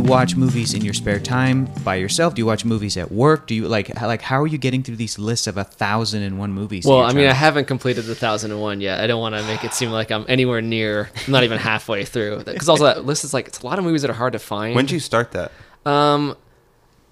watch movies in your spare time by yourself? Do you watch movies at work? Do you like how, like how are you getting through these lists of a thousand and one movies? that Well, you're I mean, I trying- haven't completed the thousand and one yet. I don't want to make it seem like I'm anywhere near, I'm not even halfway through. Because also that list is like it's a lot of movies that are hard to find. When did you start that? Um,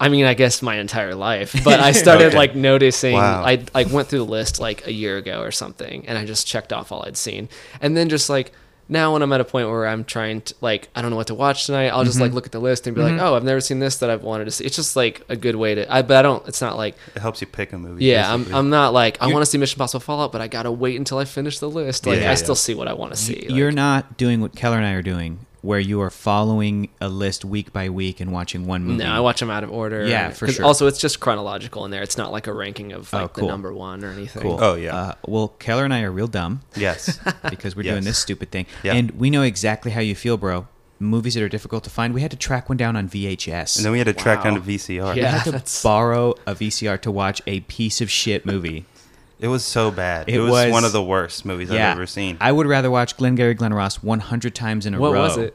I mean, I guess my entire life, but I started Okay. like noticing. Wow. I I went through the list like a year ago or something, and I just checked off all I'd seen, and then just like now when I'm at a point where I'm trying to like I don't know what to watch tonight, I'll just Mm-hmm. like look at the list and be like, oh, I've never seen this that I've wanted to see. It's just like a good way to. I but I don't. It's not like It helps you pick a movie. yeah, I'm, basically. I'm not like I want to see Mission Impossible Fallout, but I gotta wait until I finish the list. Like Yeah, I yeah. still see what I want to see. like- You're not doing what Keller and I are doing, where you are following a list week by week and watching one movie. No, I watch them out of order. Mm. Yeah, for 'Cause sure. Also, it's just chronological in there. It's not like a ranking of like cool. the number one or anything. Cool. Oh, yeah. Uh, well, Keller and I are real dumb Yes. because we're doing Yes. this stupid thing, Yeah. and we know exactly how you feel, bro. Movies that are difficult to find, we had to track one down on VHS. and then we had to track down to Wow. VCR. We Yeah. had to that's- borrow a VCR to watch a piece of shit movie. It was so bad. It It, was, was- one of the worst movies yeah, I've ever seen. I would rather watch Glengarry Glen Ross 100 times in a What row. was it?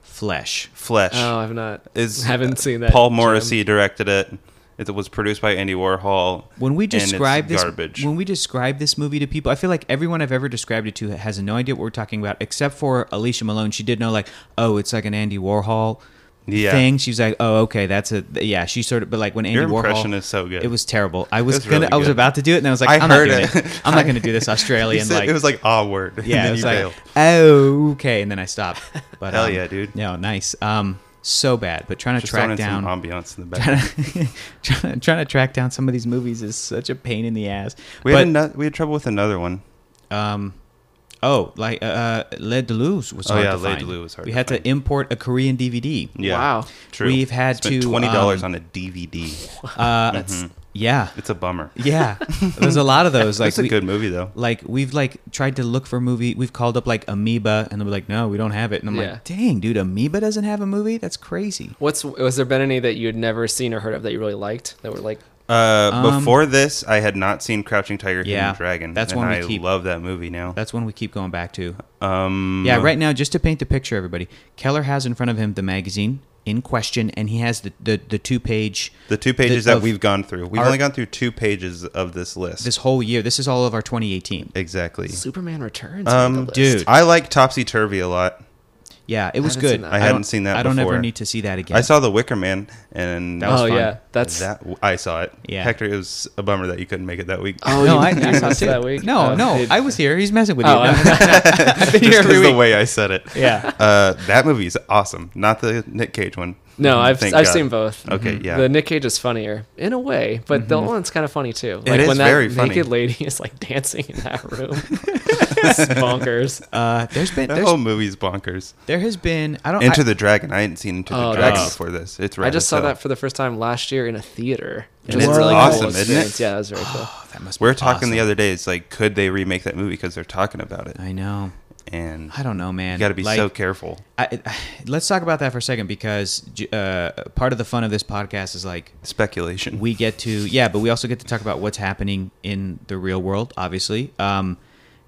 Flesh. Flesh. Oh, I've not. is haven't seen that. Paul gem. Morrissey directed it. It was produced by Andy Warhol. When we and it's describe this, garbage. when we describe this movie to people, I feel like everyone I've ever described it to has no idea what we're talking about, except for Alicia Malone. She did know, like, oh, it's like an Andy Warhol Yeah. thing. She was like, oh, okay, that's a yeah. She sort of, but like when Andy Your Warhol, impression is so good. It was terrible. I was, was gonna, really I was good. about to do it, and I was like, I am heard not doing it. it. I'm not going to do this He Australian. said- like, it was like ah word. and yeah, then it was you like, bailed. oh, okay, and then I stopped. But Hell um, yeah, dude. No, nice. Um, so bad, but trying to Just track throwing down, in some ambiance in the trying back. to, trying, to, trying to track down some of these movies is such a pain in the ass. We but had ano- we had trouble with another one. um, oh, like uh, Les Deleuze was Oh, hard yeah, to Les find. Deleuze was hard we to had to find. import a Korean DVD. Yeah, Wow. True. We've had Spent to, twenty dollars um, on a DVD. Mm-hmm. Uh, Yeah, It's a bummer. yeah. There's a lot of those. Like It's a we- good movie though. like we've like tried to look for a movie we've called up like amoeba and they're like no we don't have it and i'm Yeah. like dang dude amoeba doesn't have a movie that's crazy What's was there been any that you had never seen or heard of that you really liked that were like Uh, before this, I had not seen Crouching Tiger, Hidden Um, Yeah, Dragon. that's and one we I keep. love that movie now. that's one we keep going back to Um, yeah right now just to paint the picture everybody keller has in front of him the magazine in question and he has the the, the two page The two pages that of we've gone through. We've our- only gone through two pages of this list. this whole year this is all of our 2018 exactly. Superman Returns? Um, made the list. dude. I like Topsy Turvy a lot. yeah it was haven't seen good that. I don't- hadn't seen that i don't before. ever need to see that again I saw The Wicker Man, and that was was Oh, fun. fun. yeah, that's- that I saw it. Yeah. Hector, it was a bummer that you couldn't make it that week. Oh, no, you- I, you I saw missed too. that week? No, Oh. no, It- I was here. He's messing with you. Oh, No, I'm- no, no. I've been here just every because the week. way I said it. Yeah. Uh, that movie is awesome. Not the Nick Cage one. No, I've Mm-hmm. Thank I've God. seen both. Mm-hmm. Okay, yeah. Mm-hmm. The Nick Cage is funnier in a way, but the other one's kind of funny too. Like is when that very funny. naked lady is like dancing in that room. it's bonkers. Uh, there's been that there's, whole movie's bonkers. there has been I don't Into Oh, I- the Dragon. I hadn't seen Into Oh, the Dragon that's- before this. It's right. I just saw so- that for the first time last year in a theater. And Just it's really cool awesome, isn't it? experience. Yeah, it was very cool. oh, that must be We are talking awesome. the other day. It's like, could they remake that movie because they're talking about it? I know. And I don't know, man. you got to be Like, so careful. I, I- let's talk about that for a second because j- uh, part of the fun of this podcast is like Speculation. we get to yeah, but we also get to talk about what's happening in the real world, obviously. Um,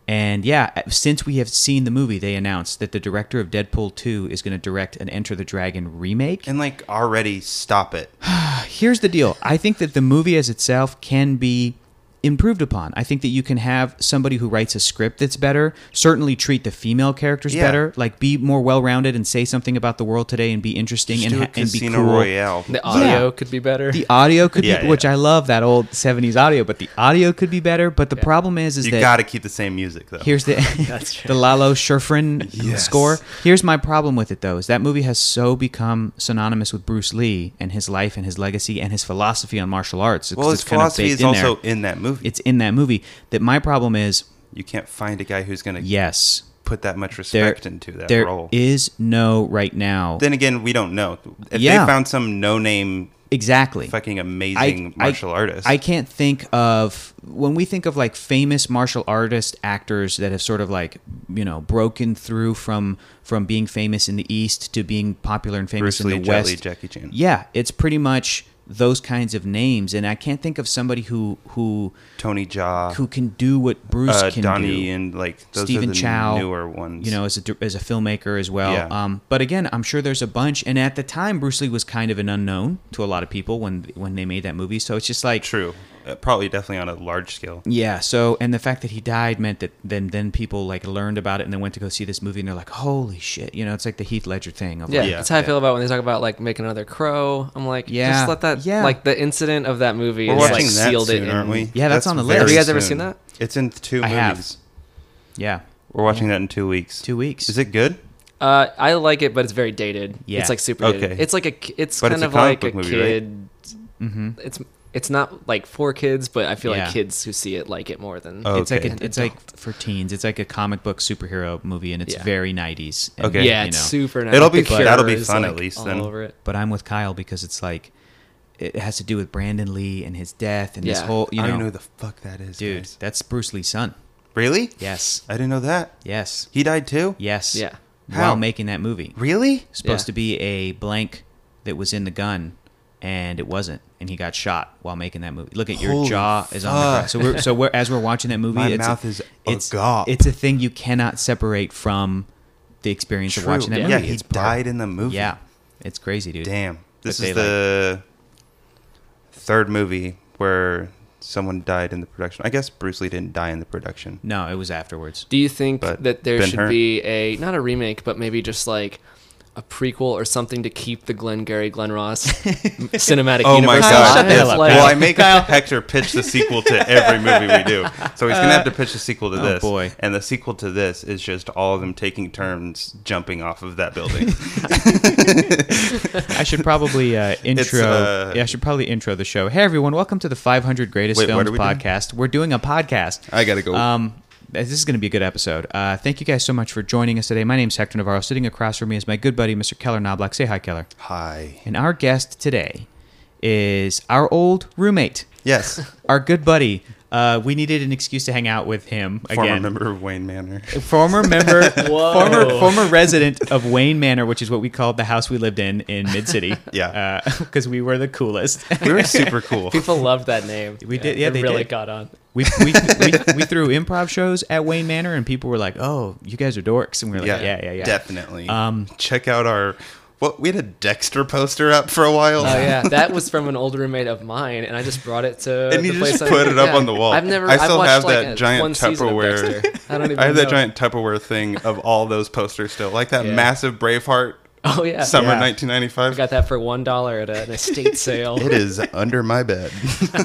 and yeah, since we have seen the movie, they announced that the director of Deadpool two is going to direct an Enter the Dragon remake. and like already stop it. here's the deal. I think that the movie as itself can be improved upon. I think that you can have somebody who writes a script that's better, certainly treat the female characters Yeah. better, like be more well-rounded and say something about the world today and be interesting Just and, do a ha- and be Casino cool. Royale. The audio could be better. The audio could Yeah, be yeah. which I love that old 70s audio, but the audio could be better, but the problem is is You that got to keep the same music though. Here's the the Lalo Schifrin Yes. score. Here's my problem with it though: is that movie has so become synonymous with Bruce Lee and his life and his legacy and his philosophy on martial arts. well, 'cause his it's kind of philosophy baked is in also there. in that movie. it's in that movie. That my problem is you can't find a guy who's going to yes, put that much there respect into that there role. is no right now. then again, we don't know. If Yeah. they found some no-name exactly. fucking amazing martial artist, I can't think of when we think of like famous martial artist actors that have sort of like you know broken through from from being famous in the East to being popular and famous Bruce Lee, in the Jet West. Li, Jackie Chan. Yeah, it's pretty much those kinds of names, and I can't think of somebody who who Tony Jaa, who can do what Bruce uh, can Donnie, do. and like those Stephen are the Chow, newer ones. you know, as a di- as a filmmaker as well. Yeah. Um, but again, I'm sure there's a bunch. And at the time, Bruce Lee was kind of an unknown to a lot of people when when they made that movie. So it's just like true. Uh, probably definitely on a large scale. yeah. So and the fact that he died meant that then then people like learned about it and then went to go see this movie and they're like, holy shit, you know, it's like the Heath Ledger thing of Yeah, like, Yeah, that's how I yeah. feel about when they talk about like making another crow. I'm like, Yeah, just let that. yeah. like the incident of that movie We're is like watching that sealed it. soon, In, aren't we? Yeah, that's on the list. very Have you guys ever soon. seen that? It's in two I movies. have. yeah, We're watching that in two weeks. two weeks. Is it good? Uh, I like it, but it's very dated. Yeah. it's like super Okay. dated. It's like a. k- It's But kind it's a of comic like a book movie, right? Mm-hmm. kid. It's it's not like for kids, but I feel Yeah. like kids who see it like it more than. Oh, It's like Okay. a, it's like for teens. It's like a comic book superhero movie, and it's Yeah. very '90s. And, Okay. yeah, you it's know. super. Nice. It'll Like, be The fun- Cure that'll be is, fun at like, least all then. over it. but I'm with Kyle because it's like it has to do with Brandon Lee and his death and this Yeah. whole you I know, don't know who the fuck that is, dude guys. that's Bruce Lee's son. Really? Yes, I didn't know that. yes, He died too. yes. Yeah. While How? making that movie, Really? supposed to Yeah. be a blank that was in the gun, and it wasn't, and he got shot while making that movie. Look at your Holy jaw is on the ground. fuck. So we're so we're as we're watching that movie, My it's mouth a, is it's agog. it's a thing you cannot separate from the experience of True. watching that yeah, movie. he it's died in the movie. Yeah, it's crazy, dude. Damn. This they, is the third movie where someone died in the production. I guess Bruce Lee didn't die in the production. No, it was afterwards. Do you think But that there Ben should Hur. be a not a remake, but maybe just like a prequel or something to keep the Glengarry Glenn Ross cinematic Oh my universe? Kyle, god! shut the hell yes. up, Like, well, I make Hector pitch the sequel to every movie we do, so Uh, he's gonna have to pitch a sequel to oh, this. boy. And the sequel to this is just all of them taking turns jumping off of that building. I should probably uh, intro. uh, yeah, I should probably intro the show. Hey everyone, welcome to the 500 Greatest Wait, what Films are we doing? podcast. We're doing a podcast. I gotta go. Um, this is going to be a good episode. Uh, thank you guys so much for joining us today. My name's Hector Navarro. Sitting across from me is my good buddy, Mr. Keller Knobloch. Say hi, Keller. Hi. And our guest today is our old roommate, Yes. our good buddy. Uh, we needed an excuse to hang out with him again. Former member of Wayne Manor. Former member, Whoa. former former resident of Wayne Manor, which is what we called the house we lived in in Mid City. Yeah. because we were the coolest. We were super cool. People loved that name. We did- yeah, they really did. got on. We we, we we threw improv shows at Wayne Manor, and people were like, "Oh, you guys are dorks," and we were like, "Yeah, yeah, yeah." Definitely. Um, check out our what we had a Dexter poster up for a while. Oh yeah, that was from an old roommate of mine, and I just brought it to. And you the just place I put it up yeah. on the wall. I've never. I have still watched, have like, that a- giant one season of Tupperware. Dexter. I don't even. I have that know. giant Tupperware thing of all those posters still, like that Yeah. massive Braveheart Oh yeah, summer Yeah. 1995. I got that for one dollar at an estate sale. It is under my bed.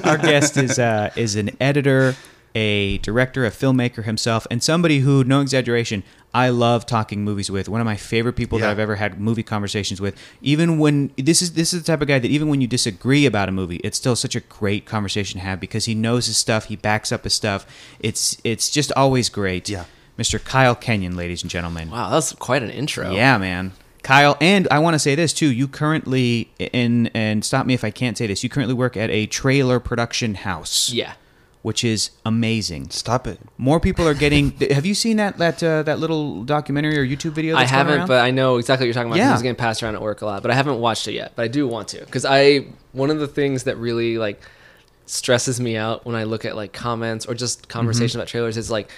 Our guest is uh, is an editor, a director, a filmmaker himself, and somebody who, no exaggeration, I love talking movies with. One of my favorite people that Yeah. I've ever had movie conversations with. Even when this is this is the type of guy that even when you disagree about a movie, it's still such a great conversation to have because he knows his stuff, he backs up his stuff. It's it's just always great. Yeah. Mr. Kyle Kenyon, ladies and gentlemen. Wow, that was quite an intro. Yeah, man. Kyle, and I want to say this too. You currently and and stop me if I can't say this. You currently work at a trailer production house, Yeah. which is amazing. Stop it. More people are getting. have you seen that that uh, that little documentary or YouTube video? I That's going haven't, around? but I know exactly what you're talking about. Yeah. Yeah. It's getting passed around at work a lot, but I haven't watched it yet. But I do want to because I one of the things that really like stresses me out when I look at like comments or just Mm-hmm. conversation about trailers is like,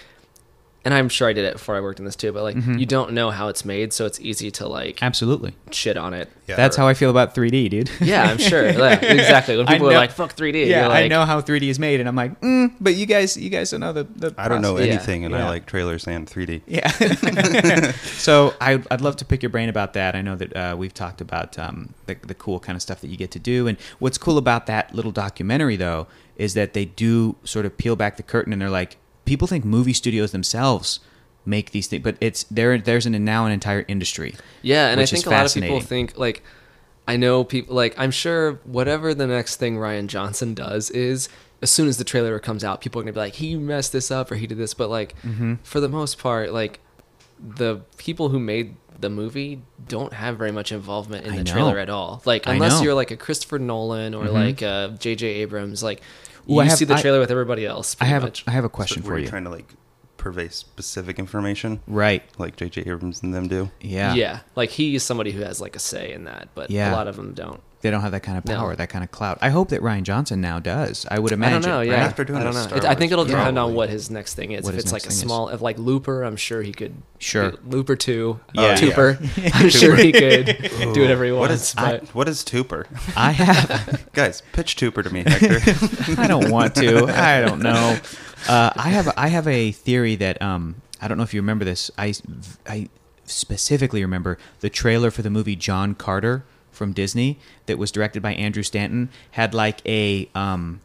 and I'm sure I did it before I worked in this too, but like Mm-hmm. you don't know how it's made, so it's easy to like absolutely. shit on it. Yeah. That's how I feel about 3D, dude. Yeah, I'm sure. Yeah, exactly. When I people are know- like, "Fuck 3D," yeah, you're like, I know how 3D is made, and I'm like, mm, but you guys, you guys don't know the. the I don't know process. Yeah. anything, and Yeah. I like trailers and 3D. Yeah. so I, I'd love to pick your brain about that. I know that uh, we've talked about um, the, the cool kind of stuff that you get to do. And what's cool about that little documentary, though, is that they do sort of peel back the curtain and they're like, people think movie studios themselves make these things, but it's there. There's an, now an entire industry. Yeah, and I which is think a lot of people fascinating. think like I know people like I'm sure whatever the next thing Ryan Johnson does is as soon as the trailer comes out, people are gonna be like, he messed this up or he did this, but like Mm-hmm. for the most part, like the people who made the movie don't have very much involvement in I the know. trailer at all. Like I unless know. Mm-hmm. you're like a Christopher Nolan or like uh JJ Abrams, like Ooh, I you have- see the I- trailer with everybody else. I Pretty have, a, much. I have a question So for were you. trying to like purvey specific information, right. like J.J. Abrams and them do. Yeah. yeah. Like he is somebody who has like a say in that, but Yeah. a lot of them don't. they don't have that kind of No. power, that kind of clout. I hope that Ryan Johnson now does. I would imagine. I don't know. Yeah, right? After doing I don't the know. Star It- I think it'll Wars, depend on probably. what his next thing is. What if his it's like a next thing is. small, if like Looper, I'm sure he could. Sure. do- Looper two, Oh, yeah. Tooper. I'm sure he could do whatever he What wants. is But what is Tooper? I have. Guys, pitch Tooper to me, Hector. I don't want to. I don't know. Uh, I have. I have a theory that um. I don't know if you remember this. I I specifically remember the trailer for the movie John Carter from Disney that was directed by Andrew Stanton had like a um.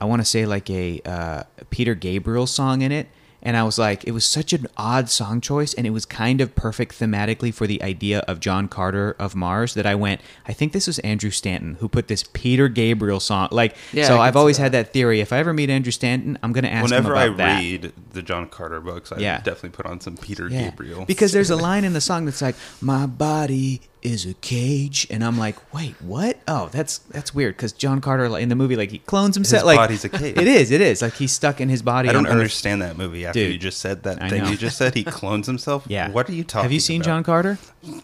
I want to say like a uh, Peter Gabriel song in it. And I was like, it was such an odd song choice, and it was kind of perfect thematically for the idea of John Carter of Mars. That I went, I think this was Andrew Stanton who put this Peter Gabriel song. Like, Yeah, I so can I've see always that. had that theory. If I ever meet Andrew Stanton, I'm going to ask Whenever him I about that. read the John Carter books, I Yeah. definitely put on some Peter Yeah. Gabriel. Because there's a line in the song that's like, "My body is a cage," and I'm like, "Wait, what? Oh, that's that's weird." Because John Carter like, in the movie, like he clones himself. like body's a cage. It is. It is. Like he's stuck in his body. I don't on Earth. understand that movie after Dude, you just said that I thing know. you just said. He clones himself. Yeah. What are you talking? Have you seen John about? Carter?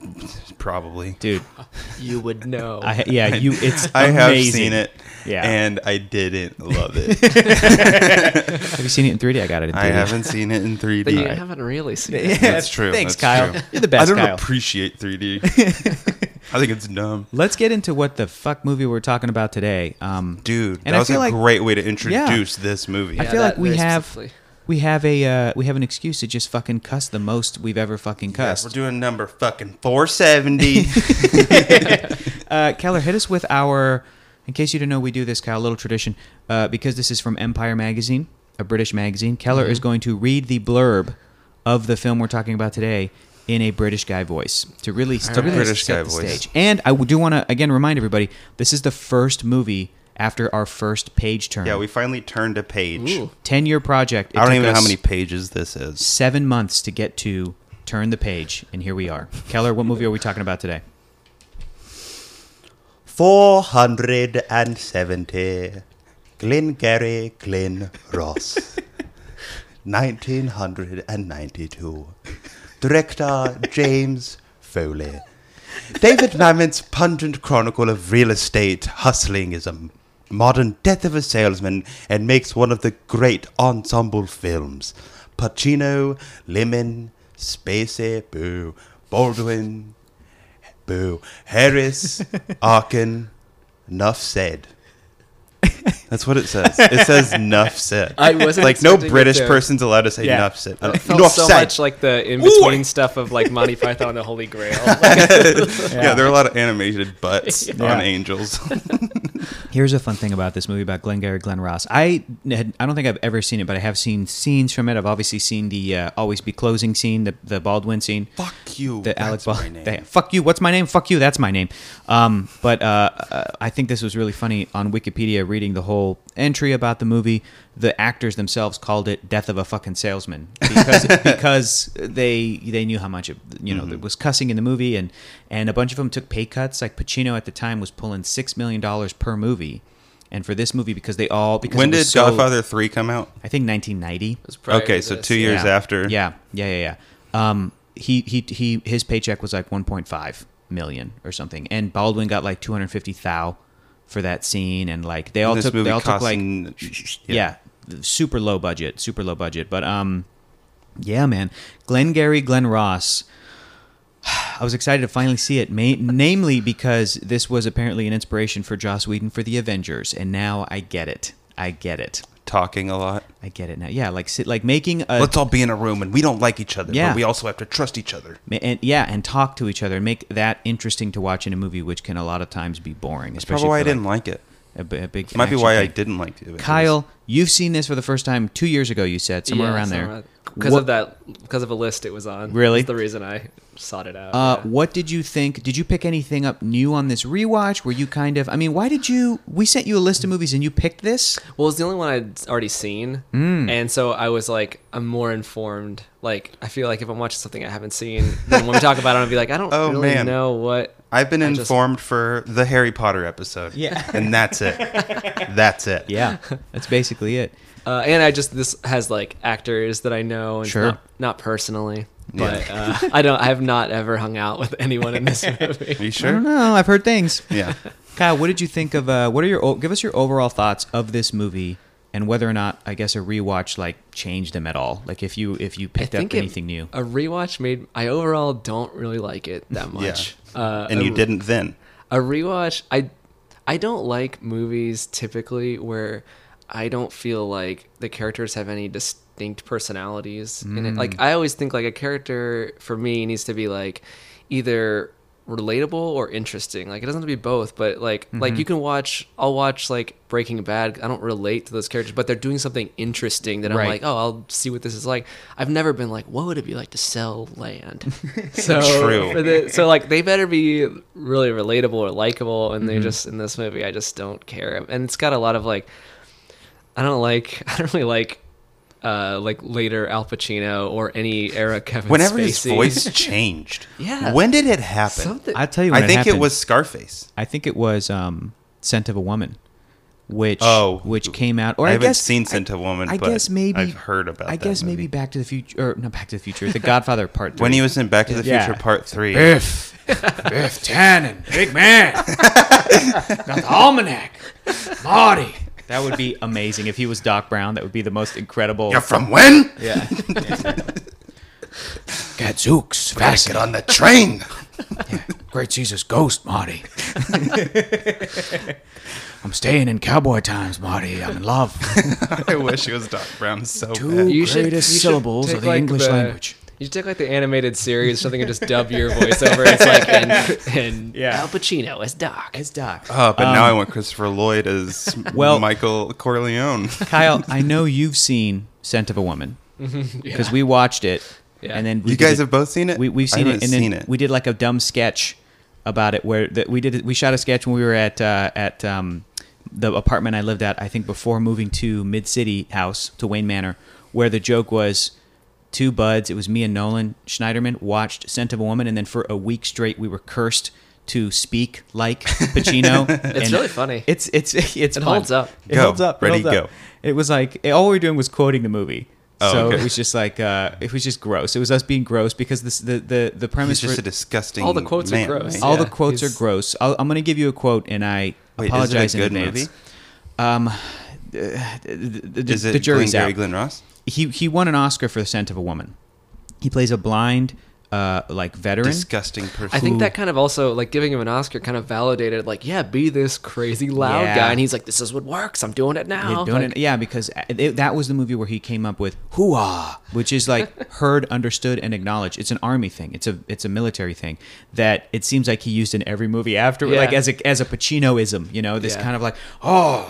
Probably. Dude, you would know. I, yeah, you. It's I have amazing. seen it. Yeah. And I didn't love it. Have you seen it in 3D? I got it in 3D. I haven't seen it in 3D. but you haven't really seen Yeah, it. That's true. Thanks, That's Kyle. true. You're the best, I don't Kyle. appreciate 3D. I think it's dumb. Let's get into what the fuck movie we're talking about today, um, Dude, And that I was a feel like great way to introduce this movie. I Yeah, feel like that we very have specifically. we have a uh, we have an excuse to just fucking cuss the most we've ever fucking Yeah, cussed. we're doing number fucking 470. uh, Keller, hit us with our. In case you didn't know, we do this, Kyle. Little tradition, uh, because this is from Empire magazine, a British magazine. Keller is Mm-hmm. going to read the blurb of the film we're talking about today in a British guy voice to really, to really British set guy the voice. stage. And I do want to again remind everybody: this is the first movie after our first page turn. yeah, we finally turned a page. Ooh. ten-year project. It I don't took even know how us many pages this is. seven months to get to turn the page, and here we are. Keller, what movie are we talking about today? 470 Glengarry Glen Ross 1992 Director James Foley David Mamet's pungent chronicle of real estate hustling is a modern death of a salesman and makes one of the great ensemble films. Pacino, Lemon, Spacey, Boo, Baldwin, Boo, Harris, Arkin, Nuff said. That's what it says. It says Nuff said. I wasn't like no expecting it British to- person's allowed to say Yeah. Nuff said. It felt Nuff so said. much like the in between stuff of like Monty Python and the Holy Grail. Like, yeah. there are a lot of animated butts Yeah. on angels. Here's a fun thing about this movie about Glengarry Glen Ross. I had, I don't think I've ever seen it, but I have seen scenes from it. I've obviously seen the uh, always be closing scene, the the Baldwin scene, Fuck you. the Alec that's my Baldwin. name. fuck you. What's my name? Fuck you. That's my name. Um, but uh, uh, I think this was really funny on Wikipedia. Reading the whole entry about the movie, the actors themselves called it "Death of a Fucking Salesman" because because they they knew how much of, you know Mm-hmm. there was cussing in the movie, and and a bunch of them took pay cuts. Like Pacino at the time was pulling six million dollars per movie. And for this movie, because they all because When it did was so- Godfather 3 come out? I think 1990 it's prior okay, to so this, two years yeah. after. Yeah, yeah, yeah, yeah. Um, he he he. His paycheck was like 1.5 million or something, and Baldwin got like 250 thou for that scene, and like they all this took movie they all took cost like n- yeah. super low budget, super low budget, but um, yeah, man, Glengarry Glen Ross. I was excited to finally see it, ma- namely because this was apparently an inspiration for Joss Whedon for the Avengers, and now I get it. I get it. talking a lot. I get it now. Yeah, like sit, like making a Let's all be in a room and we don't like each other, Uh, Yeah. but we also have to trust each other. Ma- and yeah, and talk to each other and make that interesting to watch in a movie, which can a lot of times be boring. Especially Probably why I for, like, didn't like it. A, bi- a big Might be action why I thing. didn't like it. Kyle, you've seen this for the first time two years ago. You said somewhere around there. Because What- of that, because of a list it was on. Really? That's the reason I sought it out. Uh, yeah. What did you think? Did you pick anything up new on this rewatch? Were you kind of? I mean, why did you? We sent you a list of movies and you picked this. Well, it's the only one I'd already seen, Mm. and so I was like, I'm more informed. Like, I feel like if I'm watching something I haven't seen, then when we talk about it, I'll be like, I don't Oh, really man. know what. I've been I just- informed for the Harry Potter episode. Yeah. And that's it. that's it. Yeah, that's basically it. Uh, and I just this has like actors that I know, and Sure. not, not personally, but uh, I don't. I have not ever hung out with anyone in this movie. Are you I don't sure? know. I've heard things. Yeah. Kyle, what did you think of? Uh, what are your o- give us your overall thoughts of this movie and whether or not I guess a rewatch like changed them at all? Like if you if you picked up it- anything new. A rewatch made I overall don't really like it that much. uh, and a- you didn't then. a rewatch i i don't like movies typically where i don't feel like the characters have any distinct personalities in it like i always think like a character for me needs to be like either relatable or interesting like it doesn't have to be both but like like you can watch i'll watch like breaking bad i don't relate to those characters but they're doing something interesting that i'm Right. like oh i'll see what this is like i've never been like what would it be like to sell land so True. for the- so like they better be really relatable or likable, and Mm-hmm. they just in this movie I just don't care. And it's got a lot of like I don't like I don't really like uh like later Al Pacino or any era Kevin Whenever Spacey. his voice changed. Yeah. When did it happen? something I tell you, I when think happened. it was Scarface. I think it was um, Scent of a Woman, which Oh. which came out. Or I I, haven't guess, seen Scent of Woman, I but guess maybe I've heard about I that guess maybe movie. Back to the Future, or not Back to the Future, The Godfather Part. Three. When he was in Back to the Yeah. Future Part 3. Biff, Biff Tannen, big man, got the almanac, Marty. That would be amazing if he was Doc Brown. That would be the most incredible. You're from when? Yeah. Gadzooks, fast Get on the train. Great Caesar's ghost, Marty. I'm staying in cowboy times, Marty. I'm in love. I wish it was Doc Brown so Two- bad. You greatest syllables of take, the English language. You should take like the animated series, something, and just dub your voice over. It's like and, and Yeah. Al Pacino as Doc. It's Doc. Oh, but now I want Christopher Lloyd as um, Well- Michael Corleone. Kyle, I know you've seen Scent of a Woman because we watched it, Yeah. and then we You did guys a- have both seen it? We, we've I seen it, haven't and then seen it. we did like a dumb sketch about it where that we did. We shot a sketch when we were at uh, at um, the apartment I lived at. I think before moving to Mid City House to Wayne Manor, where the joke was two buds. It was me and Nolan Schneiderman watched Scent of a Woman, and then for a week straight we were cursed to speak like Pacino. it's really funny. It's it's it's it holds up. It Go. holds up. it Ready, holds up. go. It was like it- all we were doing was quoting the movie. Oh, so okay. it was just like uh, it was just gross. It was us being gross because this the the the He's premise just for a disgusting All the quotes are man, gross. right? all the Yeah, quotes he's- are gross. I'll, I'm going to give you a quote, and I Wait, is it a apologize good in advance. movie? Um, the, the, the, Is it the jury's Glenn Gary out Glenn Ross? he he won an Oscar for The Scent of a Woman. He plays a blind, uh, like veteran. Disgusting person. I think Ooh. that kind of also like giving him an Oscar kind of validated like yeah be this crazy loud Yeah. guy and he's like this is what works I'm doing it They're now doing Like, it- yeah, because uh, it, that was the movie where he came up with "hooah," which is like heard, understood, and acknowledged. It's an army thing. It's a it's a military thing that it seems like he used in every movie after, Yeah. like as a as a Pacinoism. You know, this Yeah. kind of like "oh,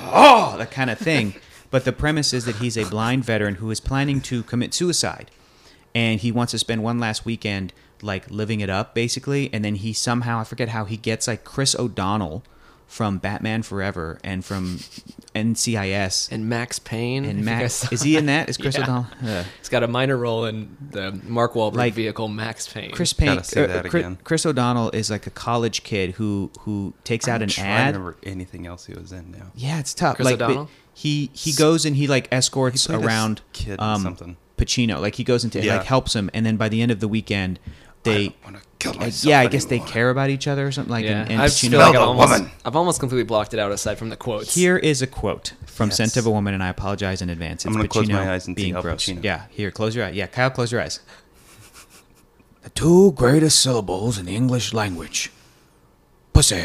oh," that kind of thing. but the premise is that he's a blind veteran who is planning to commit suicide, and he wants to spend one last weekend like living it up basically and then he somehow i forget how he gets like chris o'donnell from batman forever and from ncis and Max Payne I and think I Max saw- is he in that? Is Chris Yeah. O'Donnell? Uh, Ugh. It's got a minor role in the Mark Wahlberg Like, vehicle Max Payne. Chris Payne. Gotta say er, that Chri- Chris, again. O'Donnell is like a college kid who who takes out I'm an trying to ad. remember anything else he was in now. Yeah, it's tough. Chris like but O'Donnell? he he goes and he like escorts played a s- around kid in um, something. Pacino. Like he goes into and Yeah. like helps him, and then by the end of the weekend, I they don't want to kill like, myself yeah, I guess they anymore. care about each other or something. Like Yeah, and, and I Pacino feel like I've Another almost, woman. I've almost completely blocked it out aside from the quotes. Here is a quote from Yes. Scent of a Woman, and I apologize in advance. It's I'm gonna Pacino close my eyes and see being Al gross. Pacino. Yeah, here, close your eye. Yeah, Kyle, close your eyes. The two greatest syllables in the English language. Pussy.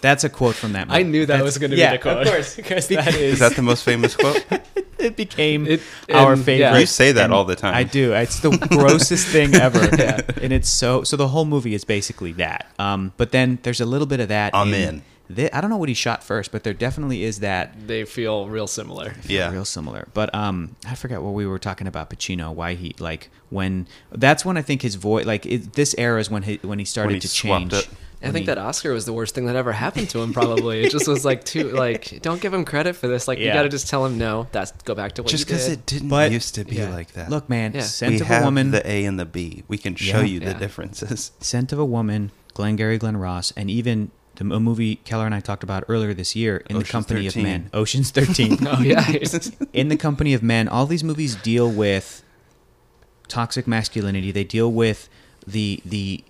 That's a quote from that movie. I knew that That's- was going to yeah, be the quote. Of course. because that is. Is that the most famous quote? It became It- our and- favorite. yeah. You say that all the time. I do. It's the grossest thing ever. And it's so so the whole movie is basically that. Um, but then there's a little bit of that. I'm in. thi- I don't know what he shot first, but there definitely is that They feel real similar. Yeah. real similar. But um, I forget what we were talking about Pacino. Why he like when that's when I think his voice like it, this era is when he when he started he to swapped change. it. I When think he- that Oscar was the worst thing that ever happened to him. Probably it just was like too like don't give him credit for this. Like you Yeah. got to just tell him no. That's go back to what Just you because did. it didn't But- used to be yeah. like that. look, man, Yeah. scent we of have a woman, the A and the B. We can show Yeah. you the Yeah. differences. scent of a woman, Glengarry Glen Ross, and even the a movie Keller and I talked about earlier this year in Ocean's the company of 13. men, Ocean's Thirteen. oh yeah, in the company of men all these movies deal with toxic masculinity they deal with the the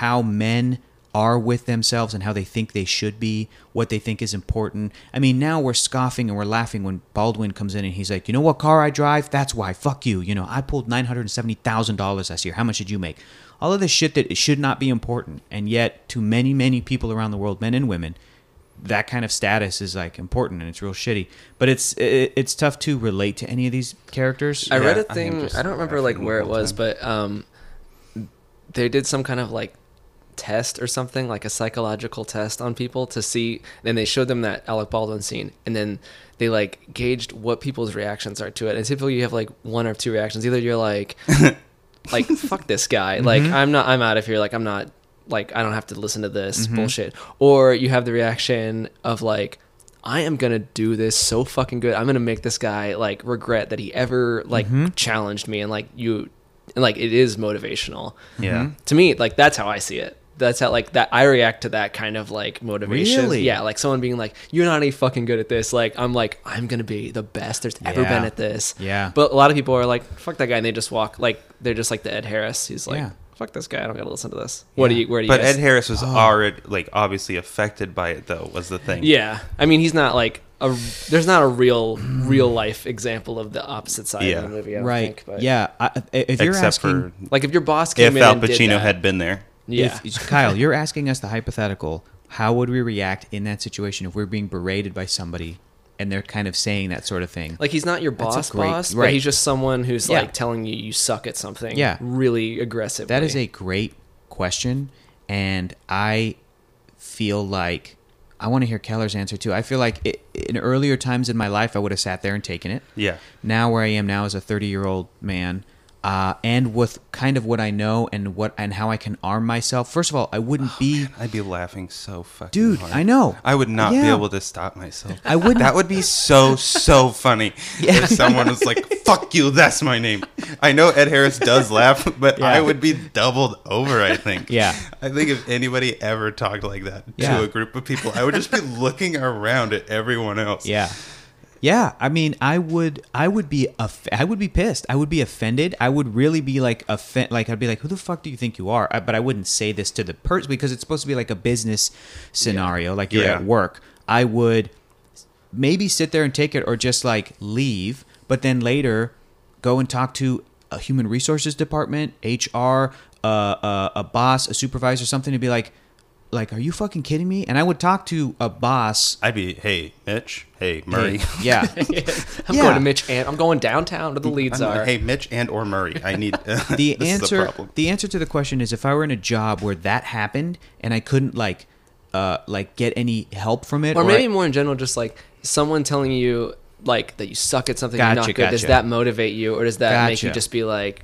how men are with themselves and how they think they should be, what they think is important. I mean, now we're scoffing and we're laughing when Baldwin comes in and he's like, "You know what car I drive? That's why. Fuck you. You know, I pulled $970,000 last year. How much did you make?" All of this shit that it should not be important. And yet to many, many people around the world, men and women, that kind of status is like important and it's real shitty. But it's it, it's tough to relate to any of these characters. I read Yeah, a I thing. am I, just don't remember rational like where it all was, time. but um, they did some kind of like test or something, like a psychological test on people to see. Then they showed them that Alec Baldwin scene, and then they like gauged what people's reactions are to it. And typically, you have like one or two reactions. Either you're like, like fuck this guy, like I'm not, I'm out of here, like I'm not, like I don't have to listen to this bullshit. Or you have the reaction of like. I am gonna do this so fucking good. I'm gonna make this guy like regret that he ever like challenged me and like you, and like it is motivational Yeah. to me like that's how i see it that's how like that i react to that kind of like motivation Really? yeah like someone being like you're not any fucking good at this like i'm like i'm gonna be the best there's ever Yeah. been at this Yeah. but a lot of people are like fuck that guy and they just walk like they're just like the ed harris he's like Yeah. fuck this guy i don't gotta listen to this what do you where do you But guys- Ed Harris was already like obviously affected by it though was the thing. yeah i mean he's not like a there's not a real real life example of the opposite side Yeah. of the movie I don't Right. think, but- yeah. I, if you're Except asking, for like if your boss came if in Al and did Pacino that- had been there. yeah If, Kyle, you're asking us the hypothetical. How would we react in that situation if we're being berated by somebody and they're kind of saying that sort of thing? Like he's not your That's a boss great- boss, right. but he's just someone who's Yeah. like telling you you suck at something. Yeah. really aggressive. That is a great question, and I feel like I want to hear Keller's answer too. I feel like it, in earlier times in my life, I would have sat there and taken it. Yeah. Now where I am now as a 30 year old man, uh, and with kind of what I know and what and how I can arm myself. First of all, I wouldn't be. Oh, I'd be laughing so fucking Dude, hard. I know. I would not be Yeah. able to stop myself. I wouldn't. That would be so so funny if someone was like, "Fuck you, that's my name." I know Ed Harris does laugh, but I would be doubled over. I think. Yeah. I think if anybody ever talked like that Yeah. to a group of people, I would just be looking around at everyone else. Yeah. Yeah, I mean, I would, I would be, off- I would be pissed. I would be offended. I would really be like offend, like I'd be like, "Who the fuck do you think you are?" I, but I wouldn't say this to the person because it's supposed to be like a business scenario, like you're Yeah. at work. I would maybe sit there and take it, or just like leave, but then later go and talk to a human resources department, HR, uh, uh, a boss, a supervisor, something, to be like, like, "Are you fucking kidding me?" And I would talk to a boss. I'd be, "Hey, Mitch. Hey, Murray." Hey, yeah. I'm Yeah. going to Mitch and I'm going downtown to the leads I'm like, are. hey, Mitch and or Murray. I need the this is a answer problem. the answer to the question is if I were in a job where that happened and I couldn't like uh like get any help from it or I- maybe more in general, just like someone telling you like that you suck at something you're not Gotcha, good. Does gotcha. that motivate you, or does that make you Gotcha. just be like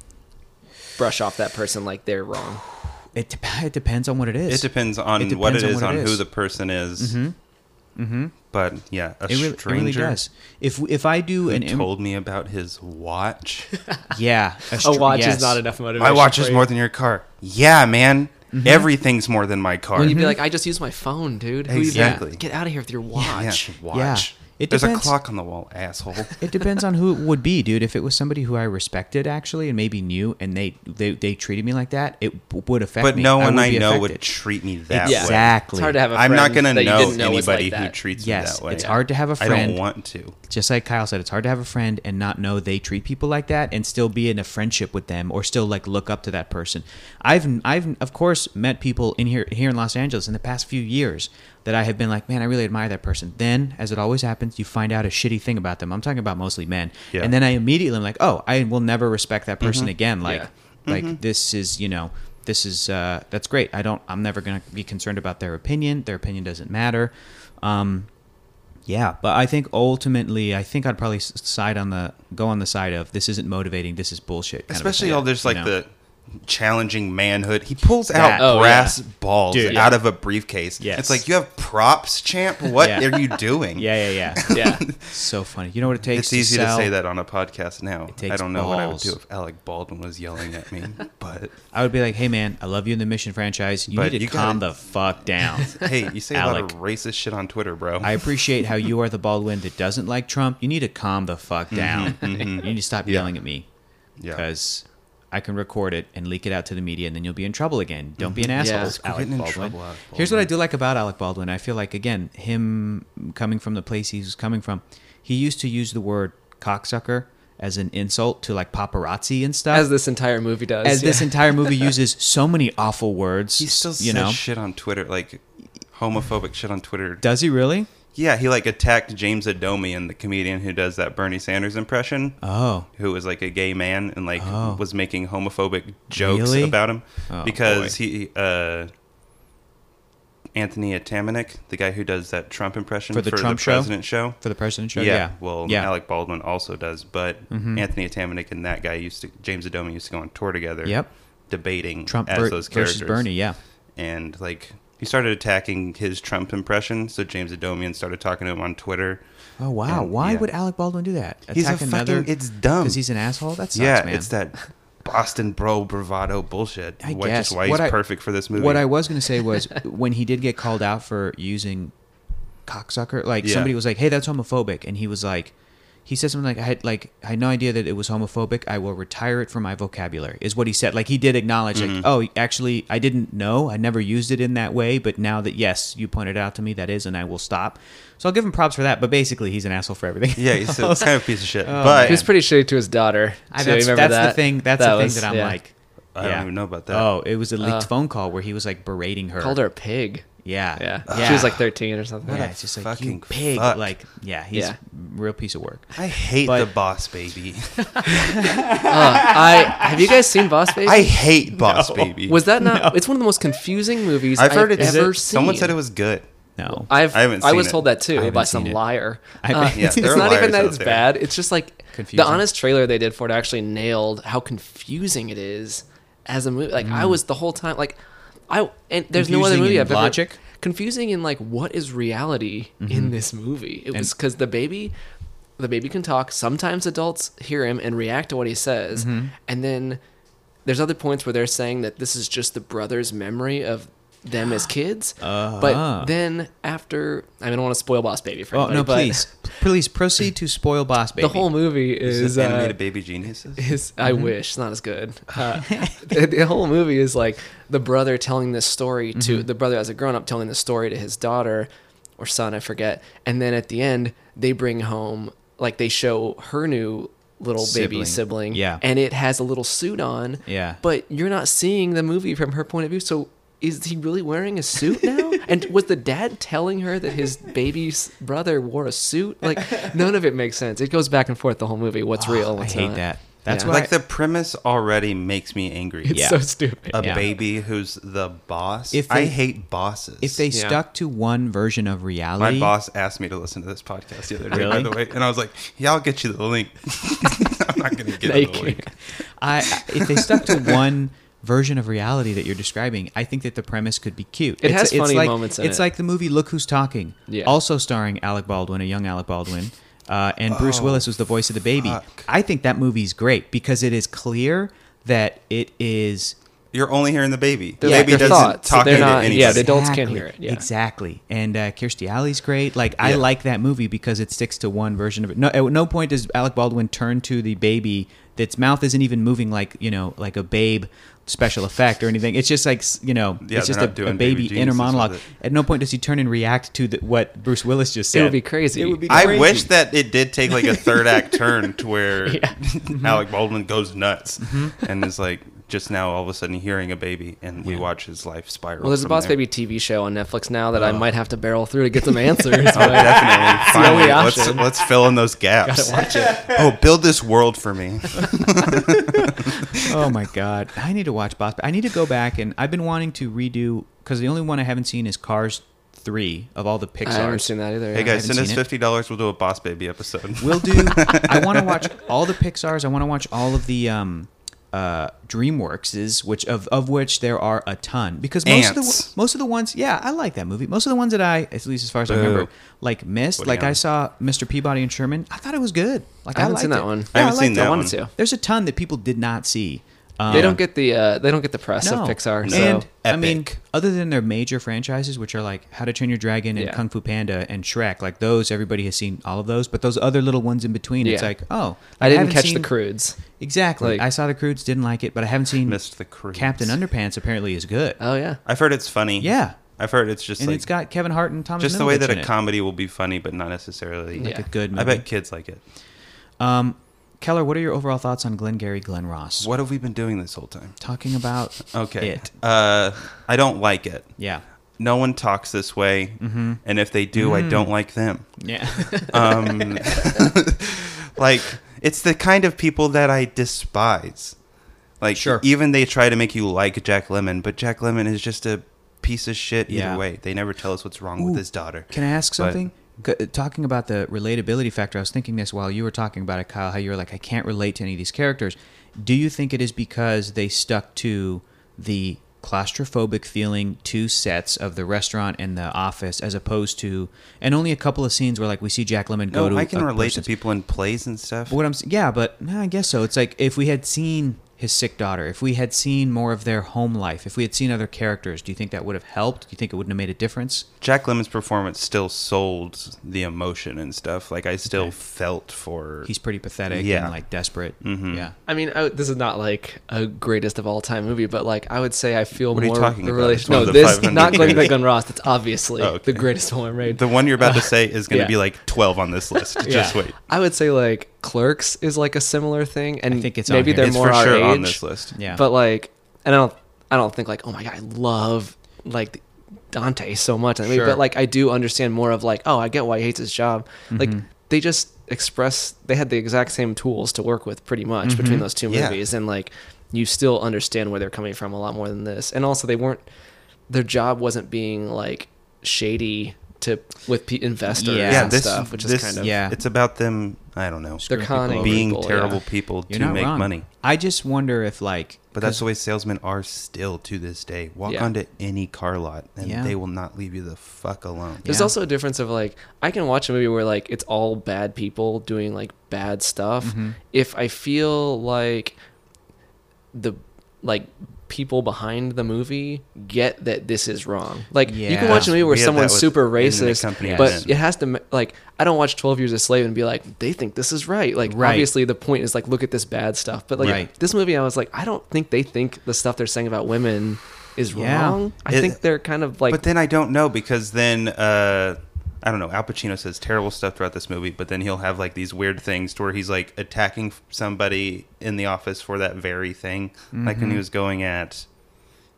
brush off that person like they're wrong? it, dep- it depends on what it is. It depends on It what it depends on is, what on, it who is. the person is. Mm-hmm. Mm-hmm. But yeah, a It really, it really stranger does. If if I do who an im- told me about his watch. yeah, A str- watch yes. is not enough motivation. my watch for is you. more than your car. Yeah, man. Mm-hmm. Everything's more than my car. Well, You'd be like, I just use my phone, dude. Who Exactly. Even, get out of here with your yeah, watch. watch. It There's a depends. clock on the wall, asshole. It depends on who it would be, dude. If it was somebody who I respected actually and maybe knew, and they they, they treated me like that, it w- would affect but me. no one would I, be know would affected. treat me that way. exactly. It's hard to have a I'm not friend gonna that you know, didn't know was anybody like who that. treats Yes, me that way. it's hard to have a I friend. don't want to. just like Kyle said, it's hard to have a friend and not know they treat people like that and still be in a friendship with them or still like look up to that person. I've I've of course met people in here here in Los Angeles in the past few years that I have been like, man, I really admire that person. Then, as it always happens, you find out a shitty thing about them. I'm talking about mostly men. Yeah. And then I immediately am like, oh, I will never respect that person again. Like Yeah. like this is, you know, this is uh that's great. I don't I'm never going to be concerned about their opinion. Their opinion doesn't matter. Um yeah, but I think ultimately, I think I'd probably s- side on the go on the side of this isn't motivating. This is bullshit. kind of a Especially thing, all there's you like know? the challenging manhood. He pulls out That- oh, brass balls Dude. out of a briefcase. Yes. It's like you have props, champ. What Yeah. are you doing? yeah, yeah, yeah. Yeah. so funny. You know what it takes? It's easy sell- to say that on a podcast now. takes I don't know what I would balls. do if Alec Baldwin was yelling at me, but I would be like, "Hey, man, I love you in the Mission franchise. You But need to you calm gotta- the fuck down." hey, you say a lot Alec. of racist shit on Twitter, bro. I appreciate how you are the Baldwin that doesn't Mm-hmm, like Trump. You need to calm the fuck down. You need to stop yelling at me Yeah. because I can record it and leak it out to the media, and then you'll be in trouble again. Don't be an Mm-hmm. Yeah. asshole, Just quit Alec getting in Baldwin. trouble, Alec Here's what I do like about Alec Baldwin. I feel like again, him coming from the place he's coming from, he used to use the word cocksucker as an insult to like paparazzi and stuff. as this entire movie does. As this yeah. entire movie uses so many awful words, He still you says know, shit on Twitter, like homophobic shit on Twitter. does he really? Yeah, he like attacked James Adomian, the comedian who does that Bernie Sanders impression, Oh, who was like a gay man and like Oh. was making homophobic jokes Really? about him Oh, because boy. he uh Anthony Atamanik, the guy who does that Trump impression For the Trump show? president show. for the president show, Yeah, yeah. well, yeah. Mm-hmm. Alec Baldwin also does, but Anthony Atamanik and that guy used to James Adomian used to go on tour together. Yep. debating Trump as ver- those characters versus Bernie, yeah. and like he started attacking his Trump impression. So James Adomian started talking to him on Twitter. Oh wow! And, Why yeah. would Alec Baldwin do that? He's a fucking- it's dumb. because he's an asshole. That sucks, yeah, man. it's that Boston bro bravado bullshit. I Which guess is why he's What I- perfect for this movie. What I was gonna say was when he did get called out for using cocksucker, like Yeah. somebody was like, "Hey, that's homophobic," and he was like, he said something like, "I had like I had no idea that it was homophobic. I will retire it from my vocabulary," is what he said. Like he did acknowledge, Mm-hmm. like, "Oh, actually, I didn't know. I never used it in that way, but now that yes, you pointed out to me, that is, and I will stop." So I'll give him props for that. But basically, he's an asshole for everything. yeah, he's a, it's kind of a piece of shit. oh, but He was pretty shitty to his daughter. I, too, that's remember that's the that? thing. That's the thing was- that I'm yeah. like. I don't even know about that. Oh, it was a leaked Uh, phone call where he was like berating her. Called her a pig. Yeah. Yeah. She was like 13 or something. yeah, a it's just like you fucking pig. fuck. Like, yeah, he's Yeah. a real piece of work. I hate But- the boss baby. Oh, I have you guys seen Boss Baby? I hate boss baby. was that not? It's one of the most confusing movies I've heard it's it's ever seen. someone said it was good. No. I've, I I haven't have i was seen it. told that I too haven't by some seen it. liven't I- Yeah, it's there are not even liars that out it's there. bad. It's just like Confusing. the honest trailer they did for it actually nailed how confusing it is as a movie. Like I was the whole time like I and there's no other Mm. Confusing movie in I've ever- logic? confusing in like what is reality Mm-hmm. in this movie. It was because the baby. The baby can talk. Sometimes adults hear him and react to what he says, Mm-hmm. and then there's other points where they're saying that this is just the brother's memory of them as kids. Ah. But then after, I, mean, I don't want to spoil Boss Baby for oh anybody, no, but please, P- please proceed to spoil Boss Baby. the whole movie Is, is it uh, animated baby geniuses? is I Mm-hmm. wish it's not as good. Uh, the, the whole movie is like the brother telling this story to Mm-hmm. the brother as a grown up telling the story to his daughter or son, I forget. And then at the end, they bring home like they show her new little Sibling. baby sibling, Yeah. and it has a little suit on, Yeah. But you're not seeing the movie from her point of view, so. Is he really wearing a suit now? and was the dad telling her that his baby's brother wore a suit? Like none of it makes sense. It goes back and forth the whole movie. What's Ah, real? I What's hate not. that. That's Yeah. why like the premise already makes me angry. It's Yeah. so stupid. A Yeah. baby who's the boss. If I they- hate bosses. if they Yeah. stuck to one version of My reality, boss asked me to listen to this podcast the other day, by Really? the way, and I was like, "Yeah, I'll get you the link." I'm not gonna get They you the link. I if they stuck to one version of reality that you're describing, I think that the premise could be cute. It has funny like, moments in It's it. like the movie Look Who's Talking, Yeah. also starring Alec Baldwin, a young Alec Baldwin, uh, and Bruce Oh, Willis was the voice of the baby. fuck. I think that movie's great because it is clear that it is You're only hearing the baby. The They're like baby their doesn't thoughts, so talk they're into not- anybody. Uh, yeah, they don't- adults can't hear it, yeah. Exactly. And uh, Kirstie Alley's great. Like I Yeah. like that movie because it sticks to one version of it. No, at no point does Alec Baldwin turn to the baby that's mouth isn't even moving like you know like a babe special effect or anything. It's just like s- you know Yeah, it's just they're a, not doing a Baby baby, inner Geniuses monologue. with At no point does he turn and react to the, what Bruce Willis just said. It would be crazy. It would be I crazy. wish that it did take like a third act turn to where Alec Baldwin goes nuts and is like just now all of a sudden hearing a baby, and we watch his life spiral. well, there's a from Boss there. Baby TV show on Netflix now that I might have to barrel through to get some answers. Uh. Oh, but- definitely. the only Finally, let's option. let's fill in those gaps. Watch it. Oh, build this world for me. oh my god i need to watch boss i need to go back and i've been wanting to redo because the only one i haven't seen is cars 3 of all the pixar I haven't seen that either. Hey haven't guys, send us seen it. fifty dollars. We'll do a Boss Baby episode. we'll do i want to watch all the pixars i want to watch all of the um uh dreamworks's which of of which there are a ton because most of the Ants. most of the ones yeah i like that movie most of the ones that i at least as far as i remember Boo. like missed Woody like i Allen. saw mr peabody and sherman i thought it was good like I i, haven't liked seen that it. one. Yeah, I haven't seen liked that it. I one. wanted to. There's a ton that people did not see. they don't get the uh, they don't get the press of Pixar. So And I Epic. mean, other than their major franchises, which are like How to Train Your Dragon and Yeah. Kung Fu Panda and Shrek, like those, everybody has seen all of those. But those other little ones in between, it's Yeah. like, oh, I didn't haven't catch the seen- crudes. Exactly. Like- I saw the Crudes, didn't like it, but I haven't seen Missed the Croods. Captain Underpants. Apparently, is good, Oh yeah. I've heard it's funny. Yeah. I've heard it's just and like it's got Kevin Hart and Thomas. just the way Middleditch that in a it. comedy will be funny, but not necessarily like Yeah. a good movie. I bet kids like it. Um, Keller, what are your overall thoughts on Glengarry Glen Ross? What have we been doing this whole time? Talking about Okay. it. Uh, I don't like it. Yeah. No one talks this way, Mm-hmm. and if they do, I Mm. don't like them. Yeah. Um, like it's the kind of people that I despise. Like Sure. even they try to make you like Jack Lemon, but Jack Lemon is just a piece of shit either Yeah. way. They never tell us what's wrong with Ooh. his daughter. Can I ask But- something? G- talking about the relatability factor, I was thinking this while you were talking about it, Kyle. How you were like, I can't relate to any of these characters. Do you think it is because they stuck to the claustrophobic feeling two sets of the restaurant and the office, as opposed to, and only a couple of scenes where like we see Jack Lemon go No, to. I can a relate to person's- people in plays and stuff. But What I'm s- yeah, but no, I guess so. It's like if we had seen his sick daughter, if we had seen more of their home life, if we had seen other characters, do you think that would have helped? Do you think it wouldn't have made a difference? Jack Lemon's performance still sold the emotion and stuff. Like I still Okay. felt for He's pretty pathetic Yeah. Mm-hmm. and like desperate. Yeah. I mean, I, this is not like a greatest of all time movie, but like I would say I feel What are you more talking the about? relation- It's one No, of the this 500 not Glenn greatest. Glenn Ross. That's obviously Oh, okay. the greatest one made. the one you're about to say is going to Yeah. be like 12 on this list. Just wait. I would say like Clerks is like a similar thing, and I think it's on maybe here. they're it's more for our sure age. on this list. Yeah. But like, and I don't, I don't think like, oh my god, I love like Dante so much. I mean, Sure. but like, I do understand more of like, oh, I get why he hates his job. Like, Mm-hmm. they just express they had the exact same tools to work with pretty much Mm-hmm. between those two Yeah. movies, and like, you still understand where they're coming from a lot more than this. And also, they weren't their job wasn't being like shady to with pe investors Yeah. and Yeah, this- stuff, which this- is kind of yeah. It's about them, I don't know, Screwing they're people conning over. being people, yeah. terrible people You're to not make wrong. money. I just wonder if like But that's the way salesmen are still to this day. Walk Yeah. onto any car lot and Yeah. they will not leave you the fuck alone. There's Yeah. also a difference of like I can watch a movie where like it's all bad people doing like bad stuff. Mm-hmm. If I feel like the like people behind the movie get that this is wrong. Like you Yeah. can watch a movie where We had that someone's with super Internet racist, Company but Event. it has to ma- like I don't watch 12 Years a Slave and be like they think this is right. Like Right. obviously the point is like look at this bad stuff. But like Right. this movie I was like I don't think they think the stuff they're saying about women is Yeah. wrong. I It- think they're kind of like but then I don't know because then uh, I don't know. Al Pacino says terrible stuff throughout this movie, but then he'll have like these weird things to where he's like attacking somebody in the office for that very thing, like Mm-hmm. when he was going at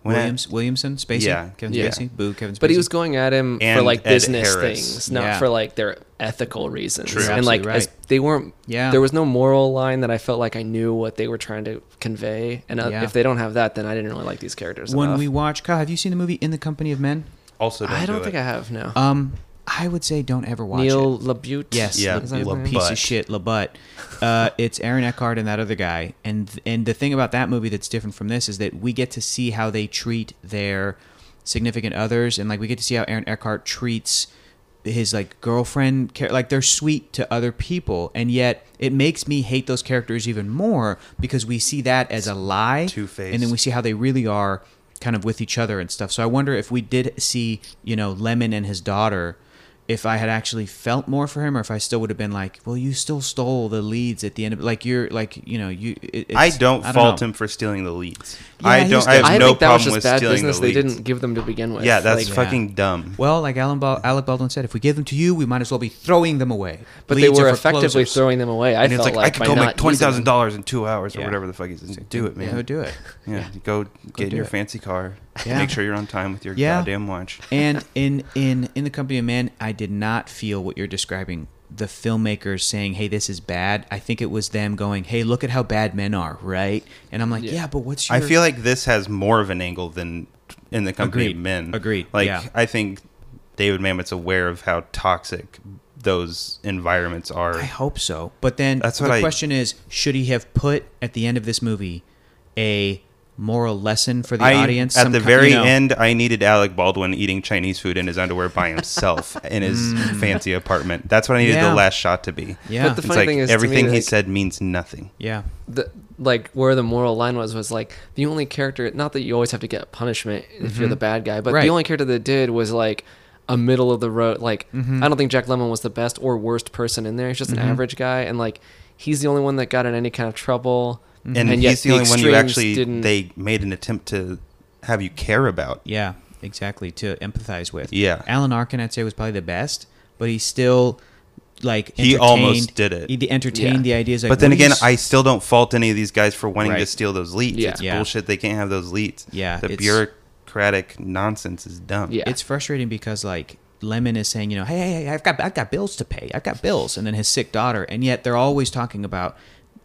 when Williams Williamson Spacey Yeah. Kevin Yeah. Spacey boo Kevin Spacey. But he was going at him for And like Ed business Harris. things, not Yeah. for like their ethical reasons. True. And like Absolutely as right. they weren't Yeah. there was no moral line that I felt like I knew what they were trying to convey. And uh, Yeah. if they don't have that, then I didn't really like these characters. when enough. we watch Kyle. Have you seen the movie In the Company of Men? also don't I don't do think it. I have no. Um, I would say don't ever watch it. Neil Labute. Yes, Yeah, the, Is that his La- name? piece Labute. of shit LaButt. Uh, it's Aaron Eckhart and that other guy. And and the thing about that movie that's different from this is that we get to see how they treat their significant others, and like we get to see how Aaron Eckhart treats his like girlfriend. char- Like they're sweet to other people, and yet it makes me hate those characters even more because we see that as a lie, Two-faced. and then we see how they really are kind of with each other and stuff. So I wonder if we did see, you know, Lemon and his daughter, if I had actually felt more for him or if I still would have been like, well, you still stole the leads at the end of like you're like, you know, you it, it's, I don't fault know. him for stealing the leads. Yeah, I he's don't. I have dumb. I no think that was problem just with bad stealing business the they leads. didn't give them to begin with. Yeah, that's Like, fucking dumb. Well, like Alan Bal- Alec Baldwin said, if we give them to you, we might as well be throwing them away. But Leads they are were for effectively closers. throwing them away. I and it's felt like, I like could by go not make twenty using thousand them- dollars in two hours Yeah. or whatever the fuck it is. Do it, man. Yeah, do it. Yeah, go get in do your it. fancy car. Yeah. Make sure you're on time with your Yeah. goddamn watch. and in in in the company of men i did not feel what you're describing the filmmakers saying hey this is bad i think it was them going hey look at how bad men are right and i'm like yeah, Yeah. but what's your I feel like this has more of an angle than in the company Agreed. of men. Agreed, Like yeah. I think David Mamet's aware of how toxic those environments are. i hope so but then That's the what I- question is should he have put at the end of this movie a moral lesson for the I- audience at Some the ki- very you know, end, I needed Alec Baldwin eating Chinese food in his underwear by himself in his fancy apartment. That's what I needed Mm. Yeah. the last shot to be. yeah Mm-hmm. But the It's funny like thing is, to me, everything he like- said means nothing. yeah the like where the moral line was was like the only character not that you always have to get punishment if Mm-hmm. you're the bad guy but Right. the only character that did was like a middle of the road like Mm-hmm. i don't think jack lemon was the best or worst person in there he's just an average guy and like he's the only one that got in any kind of trouble Mm-hmm. and, yet he's the, only one you extremes actually they made an attempt to have you care about. Yeah, exactly. To empathize with. Yeah. Alan Arkin, I'd say, was probably the best, but he still like He almost entertained- did it. He d- entertained the Yeah. ideas. Like, but then what do you again, s- I still don't fault any of these guys for wanting to Right. steal those leads. Yeah. It's Yeah. bullshit. They can't have those leads. Yeah, the it's- bureaucratic nonsense is dumb. Yeah. it's frustrating because like Lemon is saying, you know, hey, hey, hey, I've got I've got bills to pay. I've got bills, and then his sick daughter, and yet they're always talking about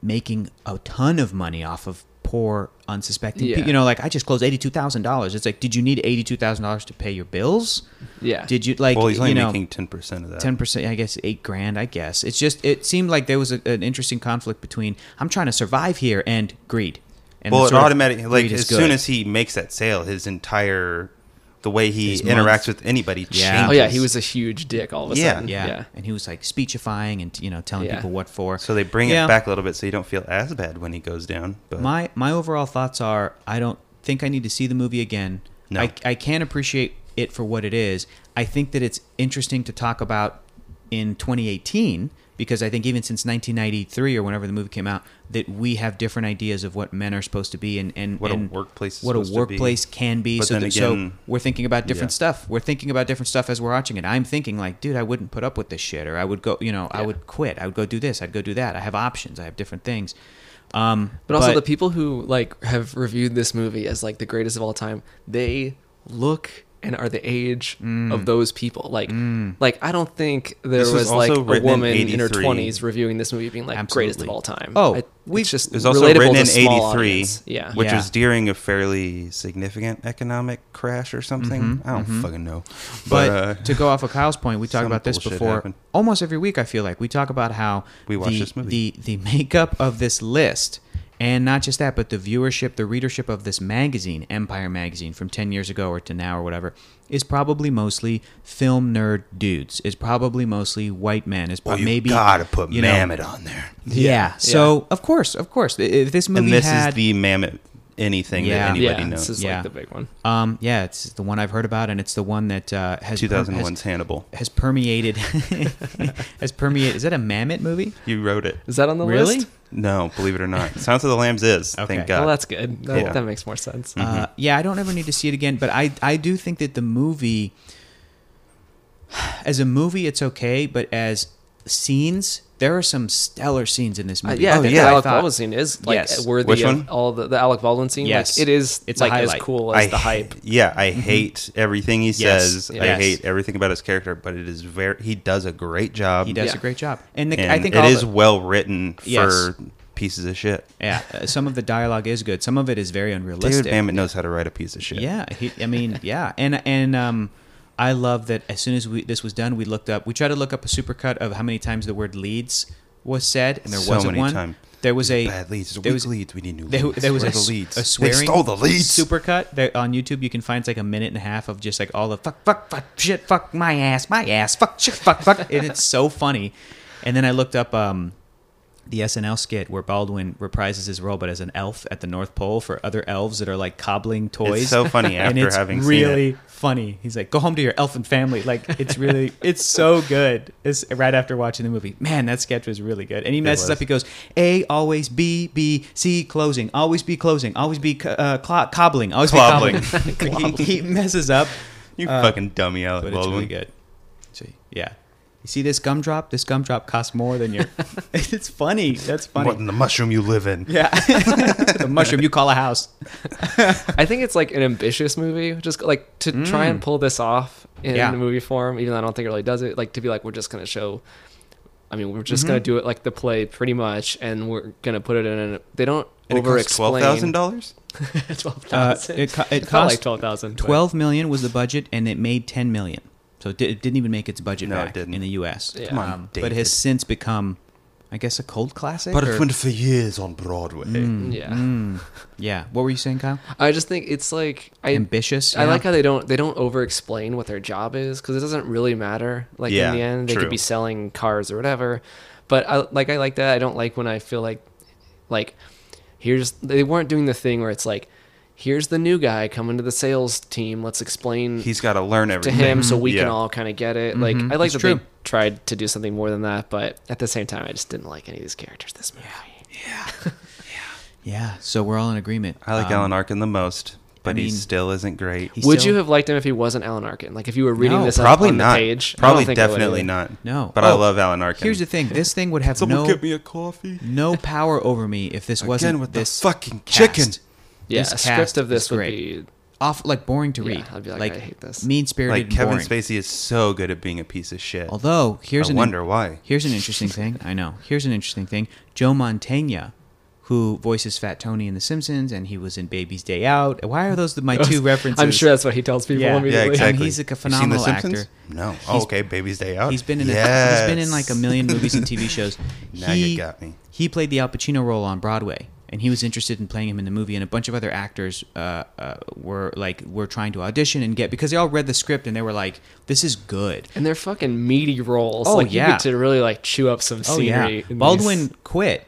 making a ton of money off of poor unsuspecting Yeah. people. You know, like I just closed eighty two thousand dollars. It's like, did you need eighty two thousand dollars to pay your bills? yeah Did you like? well, he's only you know, making ten percent of that. ten percent. I guess eight grand. I guess it's just it seemed like there was a, an interesting conflict between I'm trying to survive here and greed. And well, the it sort of automatically like greed is as soon good. as he makes that sale, his entire the way he His month. interacts with anybody Yeah. changes. oh yeah he was a huge dick all of a Yeah. sudden yeah. and he was like speechifying and you know telling Yeah. people what for. So they bring Yeah. it back a little bit so you don't feel as bad when he goes down. But My my overall thoughts are I don't think I need to see the movie again. No. I I can appreciate it for what it is. I think that it's interesting to talk about in 2018 because I think even since 1993 or whenever the movie came out that we have different ideas of what men are supposed to be and and What a and workplace is what a supposed to be. workplace can be. But So, then that, so again- we're thinking about different Yeah. stuff. We're thinking about different stuff as we're watching it. I'm thinking like, dude, I wouldn't put up with this shit, or I would go, you know, I Yeah. would quit. I would go do this. I'd go do that. I have options. I have different things. Um, But also the people who like have reviewed this movie as like the greatest of all time, they look and are the age of those people. Like like I don't think there Mm. This was, was like also a written in woman in her 83. twenties reviewing this movie being like greatest of Absolutely. all time. Oh, I, we- it's just It was also relatable written to in small '83, audience. Yeah. which Yeah. was during a fairly significant economic crash or something. I don't fucking know. Mm-hmm, But But, uh, to go off of Kyle's point, we talk some about this bullshit before happened. almost every week. I feel like we talk about how We watch the, this movie. the the makeup of this list, and not just that, but the viewership, the readership of this magazine, Empire magazine, from ten years ago or to now or whatever, is probably mostly film nerd dudes. Is probably mostly white men. Is well, probably you maybe gotta put you know- Mammoth on there. Yeah. So of course, of course, i- if this movie And this had is the Mammoth anything Yeah. that anybody yeah, knows. this is Yeah. like the big one. um yeah, it's the one I've heard about, and it's the one that uh, has per- has- 2001's Hannibal. has permeated has permeated is that a mammoth movie You wrote it. Is that on the Really? list? No, believe it or not. Silence of the Lambs is. Okay. Thank God. Well that's good. That, Yeah. Mm. that makes more sense. uh, yeah i don't ever need to see it again but i i do think that the movie as a movie it's okay but as scenes there are some stellar scenes in this Uh, movie yeah, I Oh, think yeah. the I Alec thought- Baldwin scene is like Yes. worthy Which of one? all the, the Alec Baldwin scene. Yes. Like it is It's a like as highlight. cool as I the hype. h- Yeah, I hate everything he Mm-hmm. Yes. says. I Yes. hate everything about his character, but it is very. He does a great job. he does a Yeah. great job and, the, And i think it all is the- well written for Yes. pieces of shit. yeah uh, some of the dialogue is good some of it is very unrealistic David Mamet knows how to write a piece of shit. Yeah, he, I mean, yeah, and and um, I love that as soon as we this was done, we looked up. We tried to look up a supercut of how many times the word leads was said, and there So wasn't many one. time. There was a Bad leads. There's there weak was, leads. We need new There, leads. there was Where a, are the s- leads. a swearing They stole the leads. supercut that on YouTube you can find it's like a minute and a half of just like all the fuck fuck fuck shit fuck my ass my ass fuck shit fuck fuck and it's so funny. And then I looked up um, the SNL skit where Baldwin reprises his role but as an elf at the North Pole for other elves that are like cobbling toys. It's so funny and after it's having really seen funny. He's like, "Go home to your elfin family." Like it's really, it's so good. It's right after watching the movie. Man, that sketch was really good. And he messes was. up. He goes, "A always B B C closing, always be closing, always be co- uh, clo- cobbling, always be Clobbling. cobbling." Like, he, he messes up, it. uh, You fucking dummy, Alec but it's Baldwin. really good. So, yeah. You see this gumdrop? This gumdrop costs more than your. it's funny. That's funny. What in the mushroom you live in? yeah, the mushroom you call a house. I think it's like an ambitious movie, just like to try Mm. and pull this off in Yeah. movie form, even though I don't think it really does it. Like to be like, we're just gonna show. I mean, we're just Mm-hmm. gonna do it like the play, pretty much, and we're gonna put it in. An, they don't And it over costs explain. twelve thousand dollars. Twelve Uh, thousand. it, co- it felt cost like twelve thousand. Twelve million was the budget, and it made ten million. So it, di- it didn't even make its budget No, it back didn't. in the U.S. Yeah. Um, Come on, but it David. has since become, I guess, a cult classic. But or- it went for years on Broadway. Mm. Yeah, yeah. What were you saying, Kyle? I just think it's like I. Ambitious. I yeah? like how they don't they don't over explain what their job is because it doesn't really matter. Like Yeah, in the end, they true. could be selling cars or whatever. But I like I like that. I don't like when I feel like like here's they weren't doing the thing where it's like here's the new guy coming to the sales team let's explain He's got to learn to everything. him so we can Yeah. Mm-hmm. all kind of get it like i like It's that true. they tried to do something more than that but at the same time i just didn't like any of these characters this movie Yeah. So we're all in agreement. I like Um, Alan Arkin the most, but he mean, still isn't great. he's- would still- you have liked him if he wasn't alan arkin like if you were reading No, this up Probably on the not. page I don't Probably think I would definitely either. not. No. But I Oh, love Alan Arkin. Here's the thing. This thing would have Someone no get me a coffee. no power over me if this wasn't Again with the this fucking cast. chicken. yeah This a cast script of is this would great. be off like boring to Yeah, read. I'd be like, I hate this. Mean spirited. Like Kevin boring. Spacey is so good at being a piece of shit. Although here's I an wonder why. Here's an interesting thing. I know. Here's an interesting thing. Joe Montaigne, who voices Fat Tony in The Simpsons, and he was in Baby's Day Out. Why are those the- my two references? i'm sure that's what he tells people Yeah. Yeah, immediately Yeah, exactly. he's, like, a You seen The phenomenal Simpsons? actor. No. Oh, He's- okay. Baby's Day Out. He's been in a, he's Yes. been in like a million movies and TV shows. Now you got me. He played the Al Pacino role on Broadway, and he was interested in playing him in the movie. And a bunch of other actors uh, uh, were like were trying to audition and get because they all read the script and they were like, "This is good." and they're fucking meaty roles. Oh, like, You yeah. get to really like chew up some Oh scenery. yeah, in Baldwin these- quit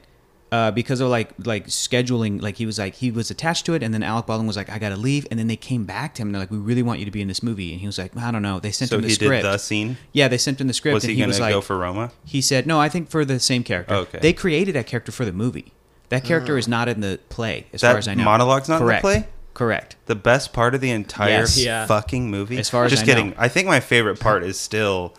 uh, because of like like scheduling. Like he was like he was attached to it, and then Alec Baldwin was like, "I gotta leave." And then they came back to him and they're like, "We really want you to be in this movie," and he was like, "I don't know." They sent So him the he script. did the scene. yeah, they sent him the script, Was and he he going was to like, go for Roma? He said, "No, I think for the same character. Okay. Oh. They created that character for the movie. That character is not in the play, as That far as I know. monologue's not in the Correct. play? Correct. The best part of the entire Yes. Yeah. fucking movie. As far as just I kidding. know. I think my favorite part is still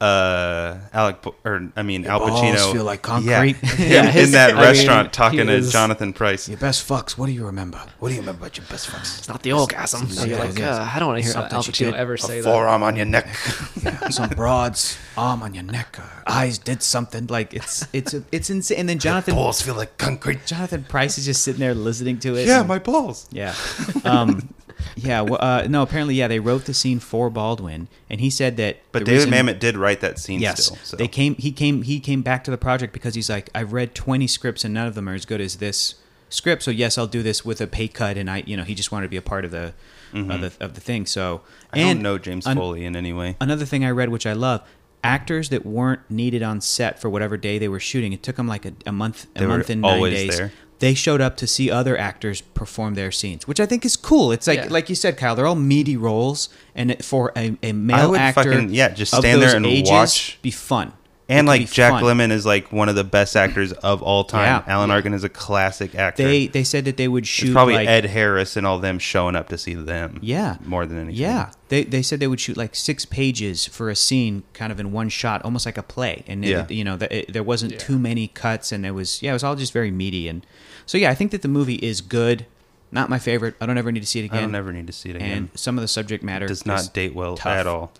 uh Alec P- or I mean Al balls Pacino feel like Yeah. concrete. Him Yeah, in his- that I mean, restaurant he talking to is- Jonathan Price. Your best fucks. What do you remember? What do you remember about your best fucks? It's not the orgasm. So you're like, yes. "Ugh, I don't want to hear Something Al she Pacino did. ever say A that. forearm on your neck. Some broads, arm on your neck, or eyes did something. Like it's it's it's insane. And then Jonathan balls feel like concrete. Jonathan Price is just sitting there listening to it. Yeah, and- my balls. Yeah. Um, yeah. Well, uh, no, apparently, yeah, they wrote the scene for Baldwin, and he said that. But the David reason- Mamet did write that scene Yes, still. So. they came. He came. He came back to the project because he's like, I've read twenty scripts and none of them are as good as this script. So yes, I'll do this with a pay cut, and I, you know, he just wanted to be a part of the of the of the thing. So Mm-hmm. I and don't know James un- Foley in any way. another thing I read, which I love, actors that weren't needed on set for whatever day they were shooting. It took them like a, a month, a They were month and nine always days. there. They showed up to see other actors perform their scenes, which I think is cool. It's like, Yeah. like you said, Kyle, they're all meaty roles, and it- for a, a male would actor, fucking- yeah, just of stand those there and ages, watch. be fun, And It could like be Jack fun. Lemmon is like one of the best actors of all time. Yeah. Alan Arkin is a classic actor. They they said that they would it's shoot probably like, Ed Harris and all them showing up to see them. Yeah. more than anything. Yeah, they they said they would shoot like six pages for a scene, kind of in one shot, almost like a play. And it- Yeah. you know, that it, there wasn't too many cuts, and there was yeah, it was all just very meaty. And so yeah, I think that the movie is good. Not my favorite. I don't ever need to see it I again. don't ever need to see it again. And some of the subject matter Does is not date well tough. at all.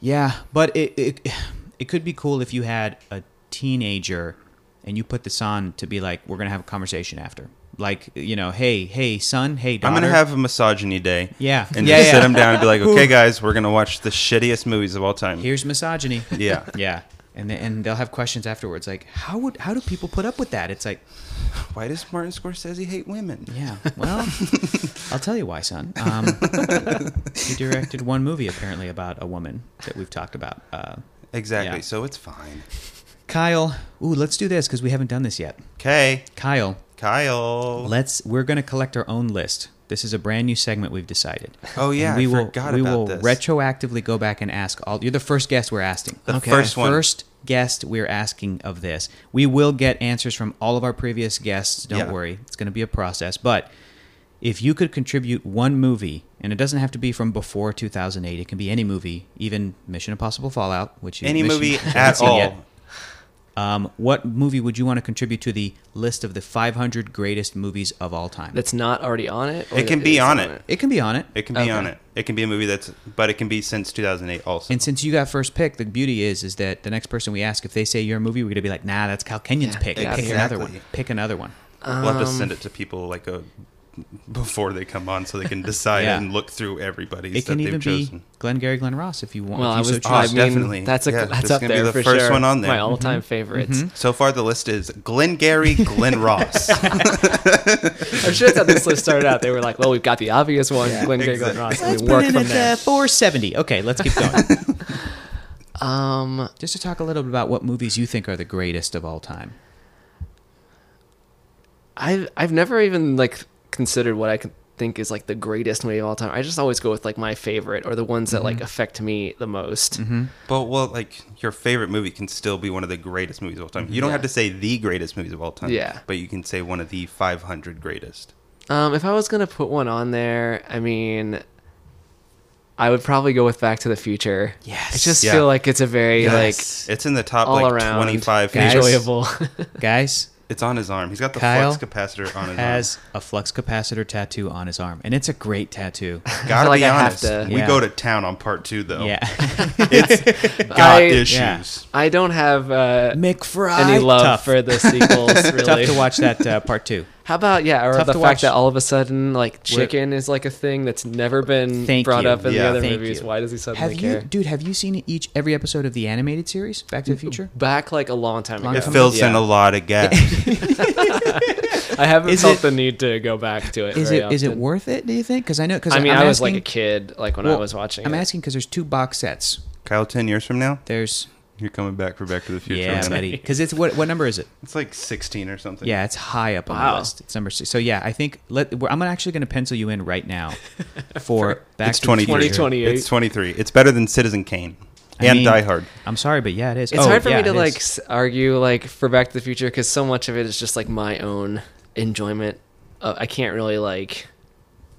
Yeah, but it, it it could be cool if you had a teenager and you put this on to be like, we're gonna have a conversation after. Like you know, hey, hey, son, hey, daughter. I'm gonna have a misogyny day. Yeah. and Yeah, just yeah. sit him down and be like, "Okay, guys, we're gonna watch the shittiest movies of all time." here's misogyny. yeah, Yeah, and they, and they'll have questions afterwards, like how would how do people put up with that? It's like, why does Martin Scorsese hate women? yeah, well, I'll tell you why, son. Um, he directed one movie apparently about a woman that we've talked about. Uh, Exactly. Yeah. So it's fine. Kyle, ooh, let's do this because we haven't done this yet. Okay, Kyle, Kyle. let's we're gonna collect our own list. This is a brand new segment we've decided. Oh, yeah, And I we will forgot we about will this. retroactively go back and ask all. You're the first guest we're asking. The first one. First guest we're asking of this. We will get answers from all of our previous guests. Don't Yeah. worry, it's going to be a process. But if you could contribute one movie, and it doesn't have to be from before 2008, it can be any movie, even Mission Impossible Fallout, which you Any Mission- movie haven't at seen all. yet. Um, what movie would you want to contribute to the list of the 500 greatest movies of all time? That's not already on it. or It can that be is on it. It can be on it. It can be Okay. on it. It can be a movie that's, but it can be since 2008 also. And since you got first pick, the beauty is is that the next person we ask, if they say your movie, we're gonna be like, nah, that's Cal Kenyon's Yeah, pick. yeah, Pick another one. exactly. Pick another one. we'll have to send Um. it to people like a before they come on, so they can decide Yeah. and look through everybody's It that can they've even chosen. be Glenn Gary, Glenn Ross if you want. Well, I if you was. so Oh, I choose. mean, definitely. That's a. Yeah, that's this up is gonna be there the for first sure. one on there. Mm-hmm. My all-time favorites. So far, the list is Glengarry Glen Ross. Mm-hmm. I'm sure that's how this list started out. They were like, "Well, we've got the obvious one, Glenn Gary, Glenn Ross, and Let's we put work in from at uh, there." 470. Okay, let's keep going. Um, Just to talk a little bit about what movies you think are the greatest of all time. I've I've never even like considered what I can think is like the greatest movie of all time. I just always go with like my favorite or the ones that Mm-hmm. like affect me the most. But well, like your favorite movie can still be one of the greatest movies of all time. You don't Yeah. have to say the greatest movies of all time. Yeah. But you can say one of the 500 greatest. Mm-hmm. Um, if I was gonna put one on there, I mean, I would probably go with Back to the Future. Yes. I just Yeah. feel like it's a very Yes. It's in the top like all like around 25 Guys. favorites. enjoyable. Guys It's on his arm. He's got the Kyle flux capacitor on his has a flux capacitor tattoo on his arm, and it's a great tattoo. arm. Gotta feel like be I have honest. to- We Yeah. go to town on part two though. Yeah, It's got I- issues. I don't have uh, McFry. any love Tough. for the sequels. Really. Tough to watch that uh, part two. How about yeah, or Tough the to fact watch. that all of a sudden like chicken is like a thing that's never been Thank brought you. up in Yeah. the other Thank movies. you. Why does he suddenly Have you, care? Mm, dude? Have you seen each every episode of the animated series Back to the Future? Back like a long time Long ago. It fills in Yeah. a lot of gaps. I haven't Is felt it- the need to go back to it. Is very it is it often. worth it? Do you think? Because I know. Because I mean, i i was like a kid, like when I was watching. I'm it. asking because there's two box sets. Kyle, 10 years from now, There's you're coming back for Back to the Future. yeah, man. buddy. Because it's what what number is it? It's like 16 or something. Yeah, it's high up on the Wow. list. It's number six. So yeah, I think let we're, I'm actually going to pencil you in right now for Back it's to the 23. Future. 2028. It's 23. It's better than Citizen Kane I and mean, Die Hard. I'm sorry, but yeah, it is. It's Oh, hard for yeah, me to it like is. s- argue like for Back to the Future because so much of it is just like my own enjoyment. Uh, I can't really like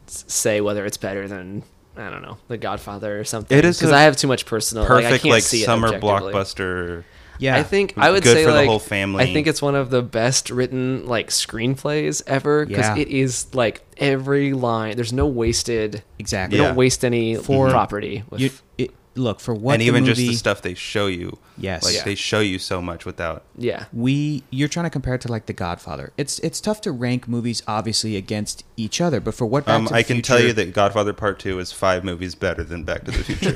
s- say whether it's better than I don't know The Godfather or something. It is because a I have too much personal. like, I Perfect can't like see it summer objectively. blockbuster. Yeah, I think I would Mm. Good say for the like whole family. I think it's one of the best written like screenplays ever because Yeah. it is like every line. There's no wasted. exactly. They Yeah. don't waste any property. With, You, it, look for what and the even movie, just the stuff they show you. Yes. Like Yeah. they show you so much without. yeah, we you're trying to compare it to like The Godfather. It's it's tough to rank movies obviously against each other, but for what Back Um, to the I can tell you Future- that Godfather Part Two is five movies better than Back to the Future.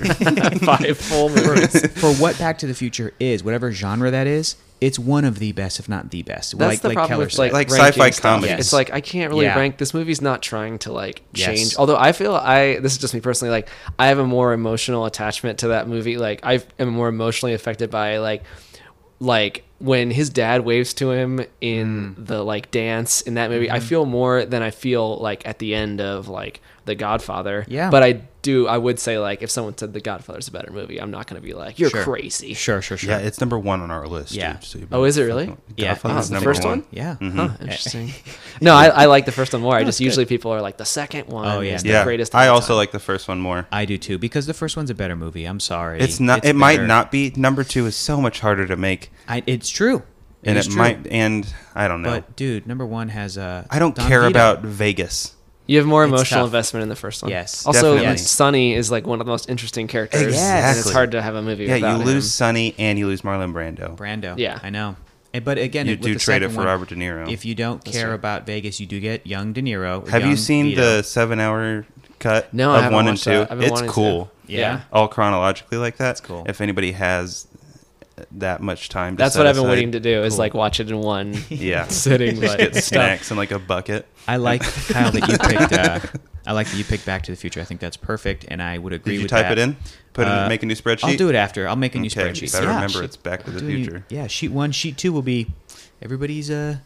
five full movies. for what Back to the Future is, whatever genre that is, it's one of the best, if not the best. That's like the like problem Keller with said. like, Like ranking sci-fi stuff. comedies. It's like I can't really Yeah. rank. This movie's not trying to like Yes. change. Although I feel I this is just me personally. Like I have a more emotional attachment to that movie. Like I am more emotionally affected by like like when his dad waves to him in the like dance in that movie. I feel more than I feel like at the end of like The Godfather. Yeah. But I do. I would say like if someone said The Godfather's a better movie, I'm not gonna be like you're Sure. crazy. sure, sure, sure. yeah, it's number one on our list. Yeah. dude, so you Oh, is it really? Yeah, Godfather's it's the number Mm-hmm. first one? Yeah. Huh, interesting. Hmm. Eh. no, I, I like the first one more. I No, just it's Oh, good. usually people are like the second one. Oh, yeah. is the Yeah, greatest. of I all also time." like the first one more. I do too because the first one's a better movie. I'm sorry. It's not. it better. might not be. Number two is so much harder to make, I, it's true. and is it true. might. And I don't know. But dude, number one has uh, I don't Don care Vito. about Vegas. You have more It's emotional tough. investment in the first one. Yes, Also, Definitely. Sonny is like one of the most interesting characters. Exactly. and it's hard to have a movie. Yeah, without you him. lose Sonny and you lose Marlon Brando. Brando. Yeah. I know. And- But again, You with do the trade it second for one, Robert De Niro. If you don't care about Vegas, you do get young De Niro. or Have you young seen Vito. the seven-hour cut No, I of haven't one and watched two? that. I've been It's wanting to. cool. Yeah. Yeah. all chronologically like that. That's cool. If anybody has that much time, to That's set what I've been aside, waiting to do is Cool. like watch it in one Yeah, sitting. But get stuff. snacks and like a bucket. I like Kyle that you picked. Uh, I like that you picked Back to the Future. I think that's perfect, and I would agree Did you with type that. it in? Put it, Uh, make a new spreadsheet. I'll do it after. I'll make a new Okay, you spreadsheet. better Yeah, remember sheet- it's Back to the I'll do a new- Future. yeah, sheet one, sheet two will be everybody's. Uh,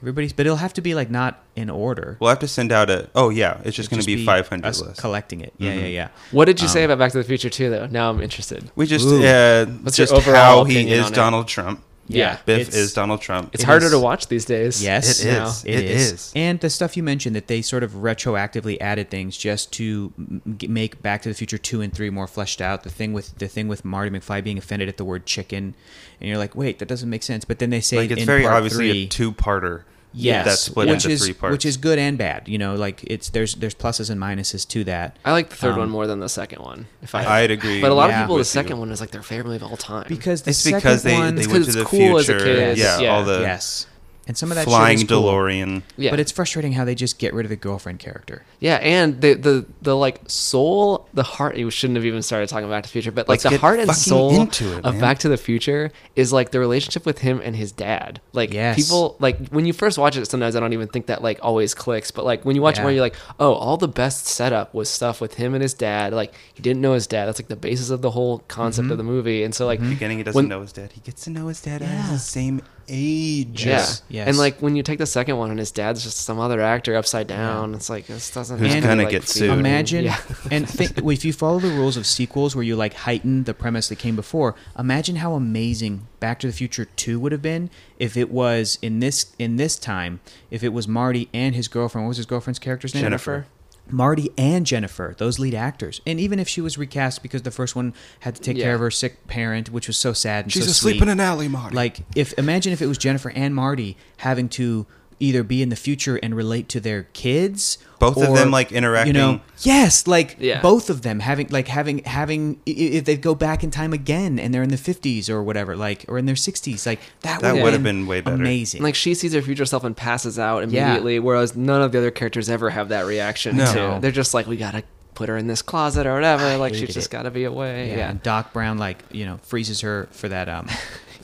everybody's, but it'll have to be like not in order. We'll have to send out a. Oh yeah, it's just It'll going to be, just 500 us list. Collecting it. Mm-hmm. Yeah, yeah, yeah. What did you Um, say about Back to the Future too? Though now I'm interested. we just Ooh. uh, What's your just how overall he opinion is on it? Donald Trump. Yeah. Biff It's- is Donald Trump. It's It harder is- to watch these days. Yes, It now. is. It It is. is. And the stuff you mentioned that they sort of retroactively added things just to m- g- make Back to the Future two and three more fleshed out. The thing with the thing with Marty McFly being offended at the word chicken, and you're like, wait, that doesn't make sense. But then they say like it's in very part obviously three, a two-parter. yes, that's split which into is three parts. which is good and bad. You know, like it's there's there's pluses and minuses to that. I like the third Um, one more than the second one. If I, I'd agree But a lot Yeah. of people, with the you. second one is like their favorite movie of all time. because the it's second because they, one, they It's went 'cause to the it's cool as a future. kid. Yeah, Yeah. all the yes, and some of that flying shit is cool. DeLorean. Yeah. But it's frustrating how they just get rid of the girlfriend character. Yeah, and the the the like soul, the heart. You shouldn't have even started talking Back to the Future, but like Let's the get heart and fucking soul into it, of man. Back to the Future is like the relationship with him and his dad. Like Yes. people, like when you first watch it, sometimes I don't even think that like always clicks. But like when you watch Yeah. it more, you're like, oh, all the best setup was stuff with him and his dad. Like he didn't know his dad. That's like the basis of the whole concept Mm-hmm. of the movie. And so like Beginning, he doesn't When- know his dad. He gets to know his dad Yeah. at the same age. Yeah. Yes. Yes. And like when you take the second one and his dad's just some other actor upside down, it's like this doesn't. Who's really, gonna like, get feel- sued? Imagine Yeah. and think if you follow the rules of sequels where you like heighten the premise that came before. Imagine how amazing Back to the Future Two would have been if it was in this in this time if it was Marty and his girlfriend. What was his girlfriend's character's name? Jennifer. Marty and Jennifer, those lead actors, and even if she was recast because the first one had to take Yeah. care of her sick parent, which was so sad and She's so asleep sweet. in an alley, Marty. Like if imagine if it was Jennifer and Marty having to either be in the future and relate to their kids Both of or, them, like, interacting. you know yes like Yeah. both of them having like having having i- i- if they go back in time again and they're in the 50s or whatever like or in their 60s like that, That would would've have been way better. amazing Like she sees her future self and passes out Yeah. immediately, whereas none of the other characters ever have that reaction. No. To. They're just like, we gotta put her in this closet or whatever. like she's hated just it. gotta be away. yeah, Yeah. and Doc Brown like you know freezes her for that um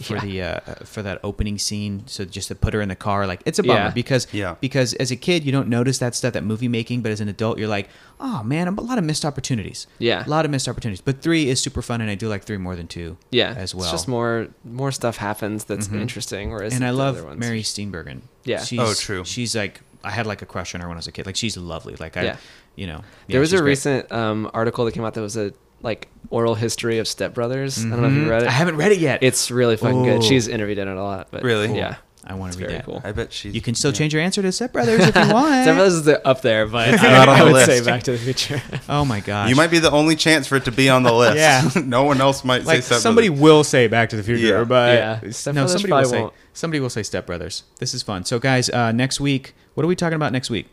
for the uh, for that opening scene so just to put her in the car like it's a bummer Yeah. because Yeah. because as a kid you don't notice that stuff that movie making but as an adult you're like oh man a lot of missed opportunities Yeah. a lot of missed opportunities but three is super fun and I do like three more than two Yeah. as well Mm-hmm. It's just more more stuff happens that's interesting. Whereas and I the love other ones- Mary Steenburgen Yeah. she's, Oh, true. she's like I had like a crush on her when I was a kid like she's lovely like I Yeah. you know yeah, there was she's a great. recent um, article that came out that was a like oral history of stepbrothers. I don't know if you read it. Mm-hmm. I haven't read it yet It's really fucking Ooh. good. She's interviewed in it a lot. But Really? Cool. Yeah. I want It's to read very that cool. I bet she's. you can still change your answer to Step Brothers if you want Stepbrothers is the- up there, but I, not on I the would list. say Back to the Future. Oh my gosh. You might be the only chance for it to be on the list. Yeah. no one else might say like something. somebody will say Back to the Future, Yeah. but Yeah. Step no, somebody Brothers will probably say won't. somebody will say Step Brothers. This is fun. So guys, uh, next week, what are we talking about next week?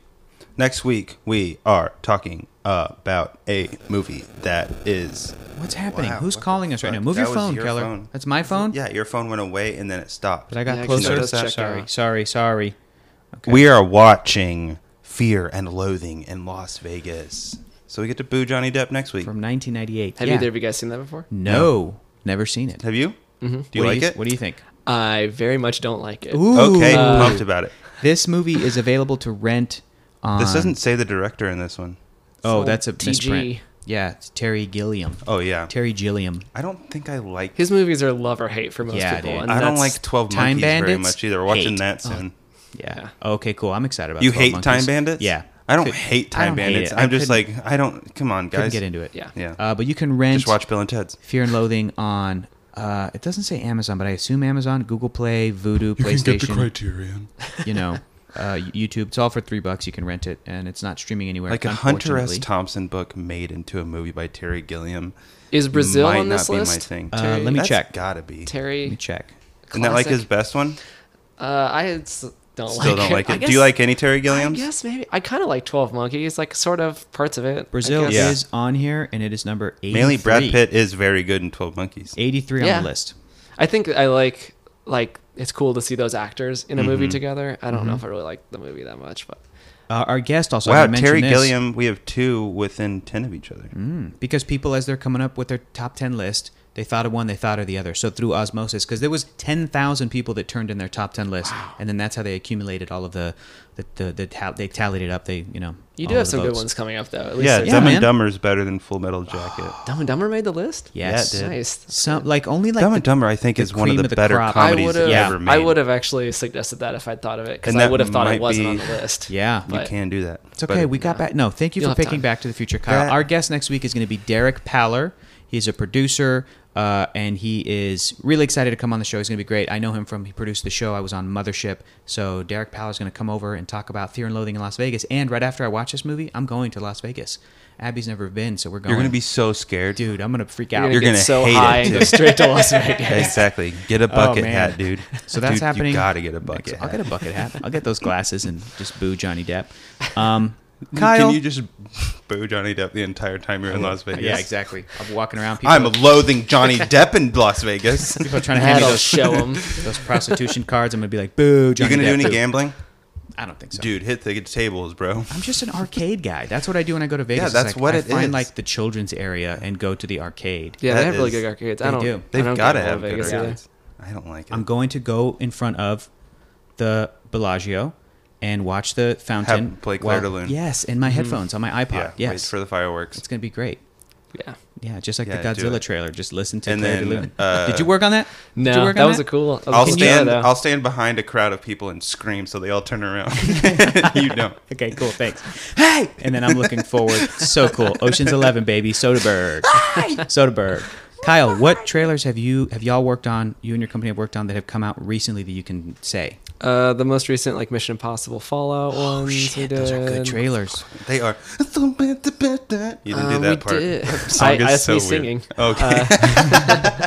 Next week we are talking about a movie that is. What's happening? Wow, Who's what the calling us right now? fuck? Move That your was phone, your Keller. phone. That's my phone. Yeah, your phone went away and then it stopped. But I got Yeah, I closer. noticed that. Sorry, sorry, sorry. Okay. We are watching Fear and Loathing in Las Vegas, so we get to boo Johnny Depp next week. from 1998. Have yeah. either of you guys seen that before? No, never seen it. Have you? Mm-hmm. Do you What like it? What do you think? I very much don't like it. Ooh. okay, Uh, pumped about it. this movie is available to rent on. This doesn't say the director in this one. Oh, Sold that's a TG. misprint. Yeah, it's Terry Gilliam. Oh yeah, Terry Gilliam. I don't think I like. His movies are love or hate for most Yeah, people. dude. and I don't that's- like Twelve Time Monkeys very Bandits? much either. We're watching Hate. that soon. Yeah. Okay, cool. I'm excited about you 12 hate Monkeys. Time Bandits? Yeah. I don't Could- hate I Time don't hate Bandits. it. I I'm just couldn't- like I don't. Come on, couldn't guys. get into it. Yeah. Yeah. Uh, but you can rent Just watch Bill and Ted's. Fear and Loathing on. Uh, it doesn't say Amazon, but I assume Amazon, Google Play, Voodoo, you can get the PlayStation. criterion. you know, uh, YouTube. It's all for three bucks. You can rent it, and it's not streaming anywhere. Like a Hunter S. unfortunately. Thompson book made into a movie by Terry Gilliam. Is Brazil might on this not list? Be my thing. Uh, let me That's check. Gotta be. Let me Terry. check. Isn't that like classic. his best one? Uh, I s- don't Still like don't it. like I it. Do you guess- like any Terry Gilliams? I guess maybe I kind of like Twelve Monkeys, like sort of parts of it. I Brazil guess. Yeah. is on here, and it is number 83. Mainly Brad Pitt is very good in Twelve Monkeys. 83 Yeah. on the list. I think I like like it's cool to see those actors in a Mm-hmm. movie together. I don't know if I really like the movie that much, but Uh, our guest also. I wow, gotta mention Terry this, Gilliam. We have two within ten of each other. Because people, as they're coming up with their top 10 list, they thought of one, they thought of the other. So through osmosis, because there was 10,000 people that turned in their top 10 list, and then that's how they accumulated all of the, the, the, the ta- they tallied it up. They, you know, you all do have the some good votes. ones coming up though. At least Yeah, there's- Yeah, Dumb man. and Dumber is better than Full Metal Jacket. Dumb and Dumber made the list. Yes. Yeah, it did. nice. Some like only like Dumb the- and Dumber, I think, the is one of cream the, better crop. I comedies would have. yeah, ever made. I would have actually suggested that if I'd thought of it because And I that would have thought might it wasn't on be- the list. Yeah. You but- can do that. It's okay. we uh, got back. No, thank you You'll for have picking time. Back to the Future, Kyle. That- Our guest next week is going to be Derek Paller. He's a producer, uh, and he is really excited to come on the show. He's going to be great. I know him from he produced the show. I was on Mothership, so Derek Paller is going to come over and talk about Fear and Loathing in Las Vegas. And right after I watch this movie, I'm going to Las Vegas. Abby's never been, so we're going. You're gonna be so scared, dude. I'm going to freak You're out. gonna, You're get gonna so hate it, high and too. go straight to Las Vegas. Exactly. Get a bucket Oh, man. hat, dude. So that's Dude, happening. You gotta get a next- bucket. I'll hat. get a bucket hat. I'll get those glasses and just boo Johnny Depp. Um, Kyle. Can you just boo Johnny Depp the entire time you're in Las Vegas? yeah, exactly. I'm walking around. People I'm loathing Johnny Depp in Las Vegas. People are trying to hand me That'll those, show them. those prostitution cards. I'm gonna be like, "Boo!" You Johnny gonna do Depp, any boo." gambling, I don't think so, dude? Hit the tables, bro. I'm just an arcade guy. That's what I do when I go to Vegas. It's that's like, what I it find is. like the children's area and go to the arcade. Yeah, That they have really is- good arcades. they I don't. do. I They've don't got to get have Las good Vegas either. arcades. I don't like it. I'm going to go in front of the Bellagio and watch the fountain. play Clair de Lune. Mm-hmm. Yes, in my headphones on my iPod. yeah, wait yes, for the fireworks. it's gonna be great. Yeah. Yeah, just like Yeah, the do Godzilla it. trailer. Just listen to And Claire then, de Lune. uh, Did you work on that? Did you No, work that on was a cool. that was I'll a cool stand. photo. I'll stand behind a crowd of people and scream so they all turn around. you don't. Okay, cool. Thanks. Hey, and then I'm looking forward. So cool. Ocean's Eleven, baby. Soderbergh. Soderbergh. Kyle, what trailers have you have y'all worked on? You and your company have worked on that have come out recently that you can say. Uh, the most recent like Mission Impossible Fallout Oh, ones. we did. Those are good trailers. They are. You didn't do Uh, that we part. did. That song I- is that's me weird. singing. Okay.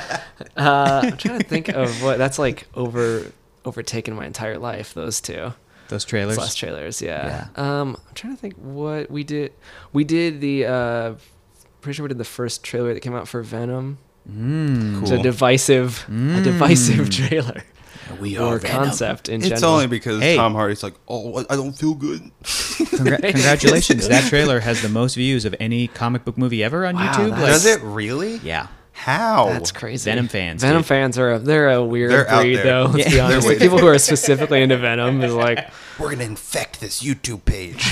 Uh, I'm trying to think of what that's like over overtaken my entire life. Those two Those trailers. slash trailers, yeah. Um, I'm trying to think what we did. We did the uh, pretty sure we did the first trailer that came out for Venom. Mm. It's a divisive, a divisive trailer We or concept in it's general. only because Hey. Tom Hardy's like, oh, I I don't feel good. Congra- congratulations. that trailer has the most views of any comic book movie ever on Wow, YouTube. that's- Like- Does it really? Yeah. How? That's crazy. Venom fans, Venom dude. fans are a, they're a weird They're out breed, there. though. Let's be Yeah. honest. They're The people who are specifically into Venom is like, We're gonna infect this YouTube page.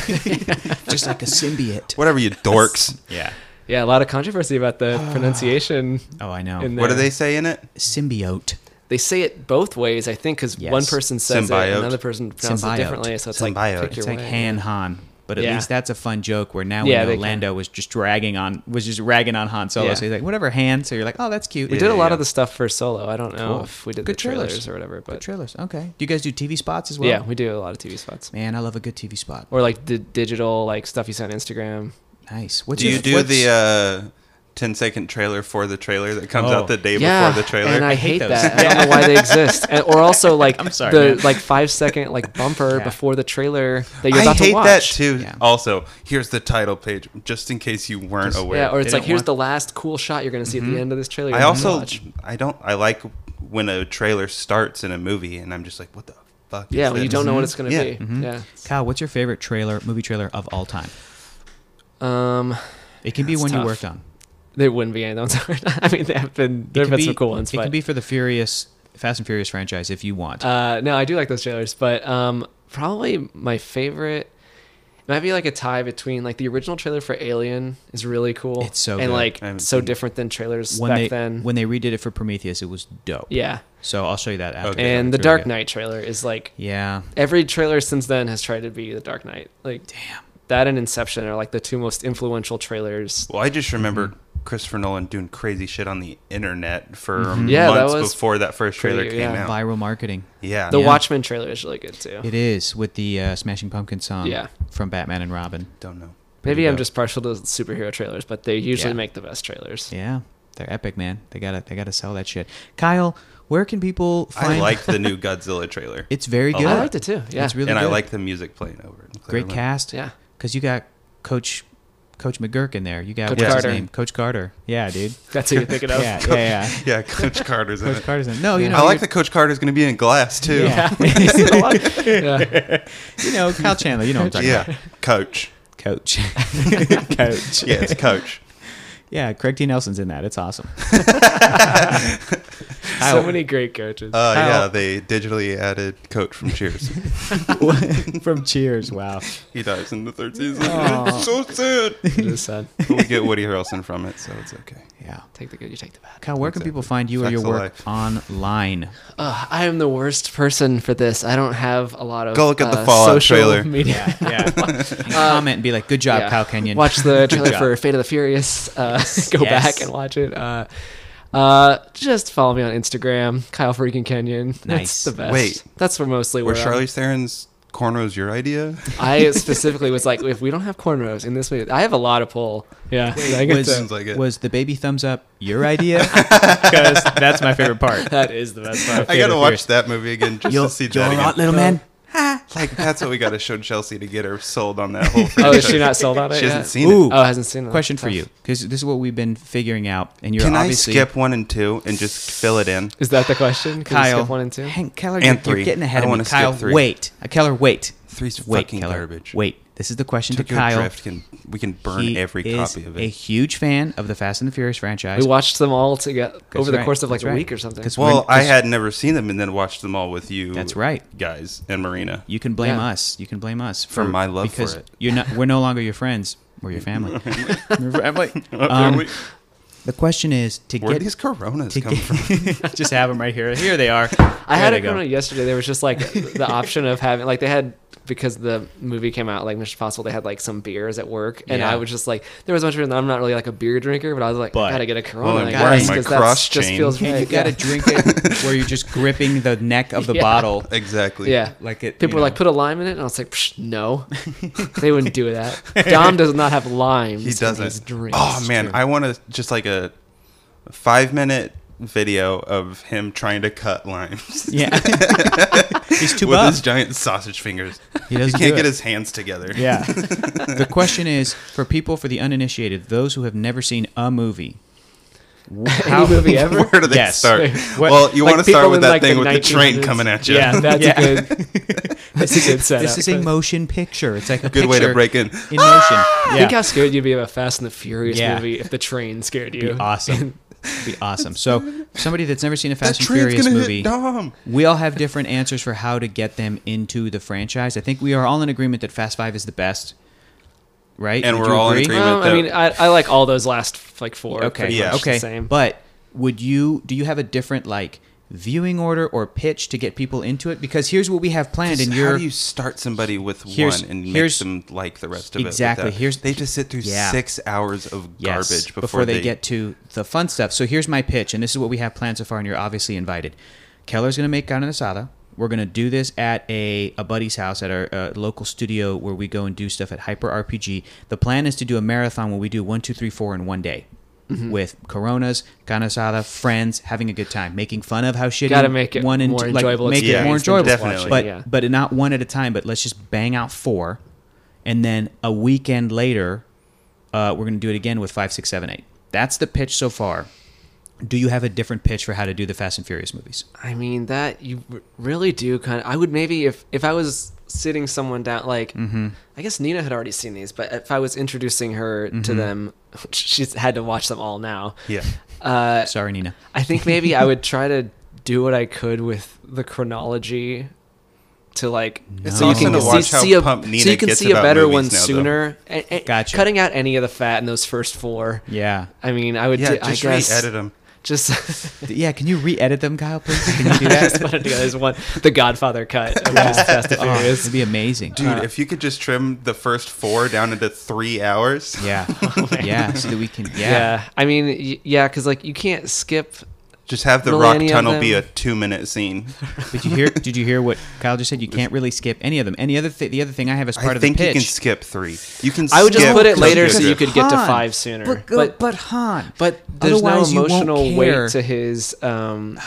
Just like a symbiote. Whatever, you dorks. Yeah. yeah, a lot of controversy about the pronunciation. Oh, I know. in What do there. they say in it? symbiote. They say it both ways, I think, because Yes. one person says it, Symbiote. another person pronounces Symbiote. it differently. So it's Symbiote. like pick your It's like way. Han Han, but at Yeah. least that's a fun joke where now Yeah, we they know Lando was just dragging on, was just ragging on Han Solo. Yeah. So he's like, whatever, Han. So you're like, oh, that's cute. We Yeah, did a lot yeah. of the stuff for solo. I don't know Cool. if we did Good the trailers, trailers. or whatever, but trailers. Okay. Do you guys do TV spots as well? yeah, we do a lot of TV spots Man, I love a good TV spot. or like the digital like stuff you see on Instagram. Nice. What's Do you your- do what's- the uh, 10 second trailer for the trailer that comes Oh. out the day before the trailer? and I, I hate hate, those. that. I don't know why they exist. And, or also like I'm sorry, the man. like five second like bumper Yeah. before the trailer that you're I about hate to watch. that too. Yeah. Also, here's the title page, just in case you weren't aware. Yeah, or it's They like don't here's want- Mm-hmm. the last cool shot you're gonna see at the end of this trailer. you're I gonna also watch. I don't I like when a trailer starts in a movie and I'm just like, what the fuck? yeah, is when you this? don't know what it's gonna Yeah. be. Mm-hmm. Yeah. Kyle, what's your favorite trailer, movie trailer of all time? Um, It can be That's one you tough. worked on. there wouldn't be any that ones. I mean, there have been It there have can been be, some cool ones, It but can be for the Furious, Fast and Furious franchise if you want. uh, no, I do like those trailers. But um, probably my favorite. It might be like a tie between like the original trailer for Alien is really cool. It's so and good. like I haven't so seen it. different than trailers when back they then. when they redid it for Prometheus, it was dope. yeah, So I'll show you that after. Okay. that. and It's the really Dark good. Knight trailer is like Yeah. every trailer since then has tried to be the Dark Knight. Like Damn. that and Inception are like the two most influential trailers. Well, I just remember Mm-hmm. Christopher Nolan doing crazy shit on the internet for Mm-hmm. Yeah, that months was before that first trailer pretty- came yeah. out. Viral marketing. Yeah. The Yeah. Watchmen trailer is really good too. It is with the uh, Smashing Pumpkin song Yeah. from Batman and Robin. don't know. Maybe Pretty I'm dope. just partial to superhero trailers, but they usually Yeah. make the best trailers. Yeah, they're epic, man. They gotta they gotta sell that shit. Kyle, where can people find? I liked the new Godzilla trailer. it's very I good. I liked it too. Yeah, It's really and I good. like the music playing over it. great cast. yeah. because you got Coach Coach McGurk in there. You got Coach what's Carter. his name? Coach Carter. Yeah, dude. That's what you're thinking of. yeah, yeah, yeah. Yeah, Coach Carter's in Coach it. Carter's in. No, you know. I like you're- that Coach Carter's going to be in Glass too. Yeah, Yeah. yeah. you know Kyle Chandler. You know what I'm talking about. Coach. Coach. Coach. Yeah, it's Coach. Yeah, Craig T. Nelson's in that. It's awesome. So many great coaches. Uh, Kyle. yeah, they digitally added Coach from Cheers. from Cheers. Wow. he dies in the third season. Aw. It's so sad. it is sad. But we get Woody Harrelson from it, so it's okay. Yeah. Take the good, you take the bad. Kyle, where can Exactly. people find you or Facts your of work online? Uh, I am the worst person for this. I don't have a lot of Go look at the uh, Fallout social trailer. Media. yeah. comment and be like, "Good job, Yeah. Kyle Kenyon." Watch the Good trailer job. for Fate of the Furious. Uh, go Yes. back and watch it. Uh, uh, just follow me on Instagram, Kyle freaking Kenyon. Nice. That's the best. Wait. that's where mostly Were where I'm- Charlize Theron's cornrows your idea? I specifically was like, if we don't have cornrows in this movie, I have a lot of pull. Yeah, I get Sounds to, like it. Was the baby thumbs up your idea? Because that's my favorite part. that is the best part. I Fate gotta of watch Furious. that movie again just You're, to see you're that again. right, little man. Like that's what we gotta show Chelsea to get her sold on that whole. Oh, is franchise. she not sold on it? She yet? hasn't seen Ooh, it. Oh, hasn't seen it. question for Tough. you because this is what we've been figuring out, and you're Can I obviously skip one and two and just fill it in? Is that the question? Can Kyle. you skip one and two? Hank Keller, And you're, you're three. getting I ahead of me. wanna skip Kyle, three. wait. Uh, Keller, wait. Three's Wait, fucking Keller. garbage. Wait. This is the question Tokyo to Kyle. Drift can we can burn He every is copy of a it. huge fan of the Fast and the Furious franchise. We watched them all together That's over the right, course of like that's a right. week or something. 'Cause Well, We're- I had never seen them and then watched them all with you. That's right. guys and Marina. You can blame Yeah. us. You can blame us For my love for because it. You're not. We're no longer your friends. We're your family. We're family. Okay, Um, Uh, we- The question is to Where get these coronas to come from? get, just have them right here. Here they are. I There had they a go. Corona yesterday. There was just like the option of having like they had because the movie came out like Mission Possible. They had like some beers at work, and Yeah. I was just like, there was a bunch of beers. and I'm not really like a beer drinker, but I was like, But- I gotta get a Corona. Well, I I'm wearing guess, my 'cause that's- cross just chain. feels Yeah, right. you got to yeah. drink it where you're just gripping the neck of the Yeah. bottle. exactly. Yeah. Like it. you People were like, know. put a lime in it, and I was like, Psh, no, they wouldn't do that. Dom does not have limes. He doesn't. In his drinks. Oh man, I want to just like a five minute video of him trying to cut limes Yeah. He's too with buff. his giant sausage fingers. He doesn't can't do get it. his hands together. Yeah. the question is for people, for the uninitiated, those who have never seen a movie. Any movie ever? Where do they Yes. start? What- well, you Like want to start people with in, that like, the thing with the 1900s. train coming at you. Yeah, that's Yeah. a good. That's a good setup. This is a But- motion picture. It's like a Good way to picture break Ah! in. in motion. Think how Yeah. scared you'd be of a Fast and the Furious Yeah. movie if the train scared you. Be awesome. Be awesome. So somebody that's never seen a That Fast and train's Furious gonna movie. hit Dom. We all have different answers for how to get them into the franchise. I think we are all in agreement that Fast Five is the best, right? And Would we're you all in agree? agreement. Well, I though. mean, I, I like all those last like four. Okay, pretty Yeah. much the okay. Same. But would you do you have a different like viewing order or pitch to get people into it? Because here's what we have planned, and Just you're how do you start somebody with Here's- one and make here's- them like the rest of it? Exactly, without- here's- they just sit through Yeah. six hours of Yes, garbage before, they, get to the fun stuff. So here's my pitch, and this is what we have planned so far, and you're obviously invited. Keller's going to make carne asada. We're going to do this at a, a buddy's house at our uh, local studio where we go and do stuff at Hyper RPG. The plan is to do a marathon where we do one, two, three, four in one day. Mm-hmm. With Coronas, carne asada, friends, having a good time, making fun of how shitty Gotta make it one and more two- enjoyable Like, make it experience more than enjoyable, just watching, but yeah. but not one at a time. But let's just bang out four, and then a weekend later, uh, we're going to do it again with five, six, seven, eight. That's the pitch so far. Do you have a different pitch for how to do the Fast and Furious movies? I mean that you r- really do kind of. I would maybe if if I was sitting someone down like Mm-hmm. I guess Nina had already seen these, but if I was introducing her to them, she's had to watch them all now. Mm-hmm. Yeah. Uh, Sorry, Nina. I think maybe I would try to do what I could with the chronology to like It's so you awesome can to see, watch how see a, pumped so Nina you can gets see a about better movies one now, though. sooner. And, and Gotcha. Cutting out any of the fat in those first four. Yeah, I mean, I would. Yeah, do, I just guess, re-edit uh, them. Just yeah. Can you re-edit them, Kyle? Please, can you do I that? just put it together. There's one, the Godfather cut. Of just Fast and oh, Furious. it'd be amazing. Uh, Dude, if you could just trim the first four down into three hours, Yeah, yeah. So that we can. Yeah, Oh, yeah. I mean, y- yeah, because like you can't skip. just have the Will rock any of tunnel be a them- two-minute scene. Did you hear? Did you hear what Kyle just said? You can't really skip any of them. Any other th- the other thing I have as part I of the think you pitch. can skip three. You can. I would just skip put it Tokyo later so you Drift. could get to Han. five sooner. But But- but, but Han. But there's Otherwise you no won't emotional care. weight to his um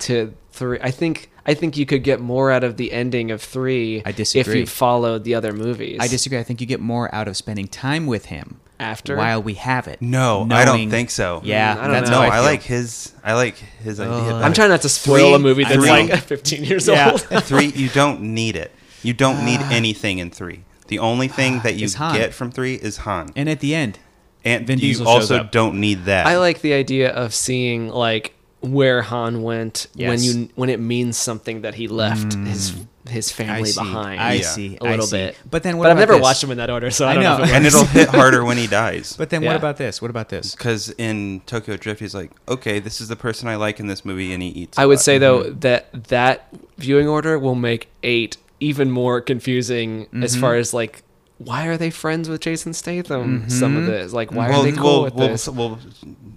to three. I think I think you could get more out of the ending of three. I If disagree. you followed the other movies, I disagree. I think you get more out of spending time with him After? while we have it. No, I knowing- don't think so. Yeah, Mm, I don't Uh, that's no, how I, I, feel. like his. I like his idea. Ugh. better. I'm trying not to spoil Three- a movie that's three- like 15 years Uh, Yeah. old. three. You don't need it. You don't need anything in three. The only thing that you Is Han. get from three is Han, And at the end, and Vin you Diesel shows also up. don't need that. I like the idea of seeing like where Han went when Yes. Mm. you when it means something that he left his his family behind. I Yeah. see. a I little see. bit. But then, what but I've about never this? watched them in that order, so I, I don't know. know. if it and works. it'll hit harder when he dies. But then, Yeah. what about this? What about this? Because in Tokyo Drift, he's like, okay, this is the person I like in this movie, and he eats. a I would lot. say though Mm-hmm. that that viewing order will make eight even more confusing as Mm-hmm. far as like why are they friends with Jason Statham? Some of Mm-hmm. this, like why Well, are they cool we'll, with we'll, this? we'll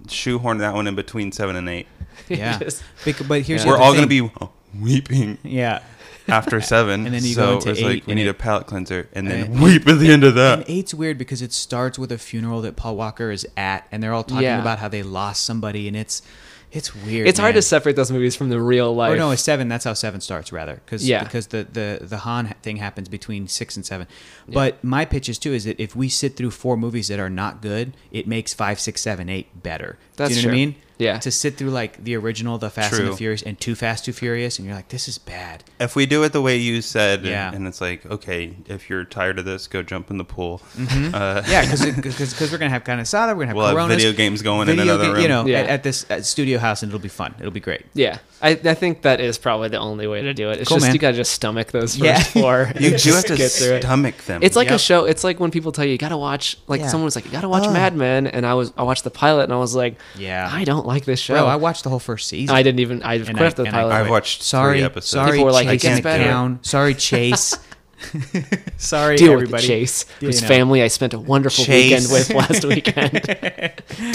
shoehorn that one in between seven and eight. Yeah. Just- Bec- but here's the We're other all going thing. to be weeping yeah. after seven. And then you so go into it's eight like, we and need it- a palate cleanser, and then and- weep at the end of And that. eight's weird because it starts with a funeral that Paul Walker is at, and they're all talking Yeah. about how they lost somebody, and it's it's weird. It's hard man. to separate those movies from the real life. Or no, it's seven. That's how seven starts, rather, because Oh, Yeah. because the the the Han ha- thing happens between six and seven. But my pitch is too is that if we sit through four movies that are not good, it makes five, six, seven, eight better. That's Do you know true. what I mean? Yeah. to sit through like the original, the Fast and True. the Furious, and Too Fast, Too Furious, and you're like, this is bad. If we do it the way you said, Yeah. and, and it's like, okay, if you're tired of this, go jump in the pool. Uh, Yeah, because because we're gonna have Canesada, we're gonna have We'll Mm-hmm. have Coronas, video games going in video another ga- room. You know, Yeah. at, at this at studio house, and it'll be fun. It'll be great. Yeah, I, I think that is probably the only way to do it. It's Cool, just man. you gotta just stomach those first Yeah. four. and you do have just to get through it. stomach them. It's like a Yep. show. It's like when people tell you you gotta watch. Like Yeah. someone was like, you gotta watch Mad Men, and I was I watched the pilot, and I was like, Yeah. I don't like this show. Bro, I I, watched the whole first season. didn't even I quit I- after the and I pilot. quit. I've watched sorry, three episodes. sorry, People were like, it Chase gets better. McGown. Sorry, Chase. sorry, Deal everybody. with it, Chase, You whose know. family I spent a wonderful Chase. weekend with last weekend.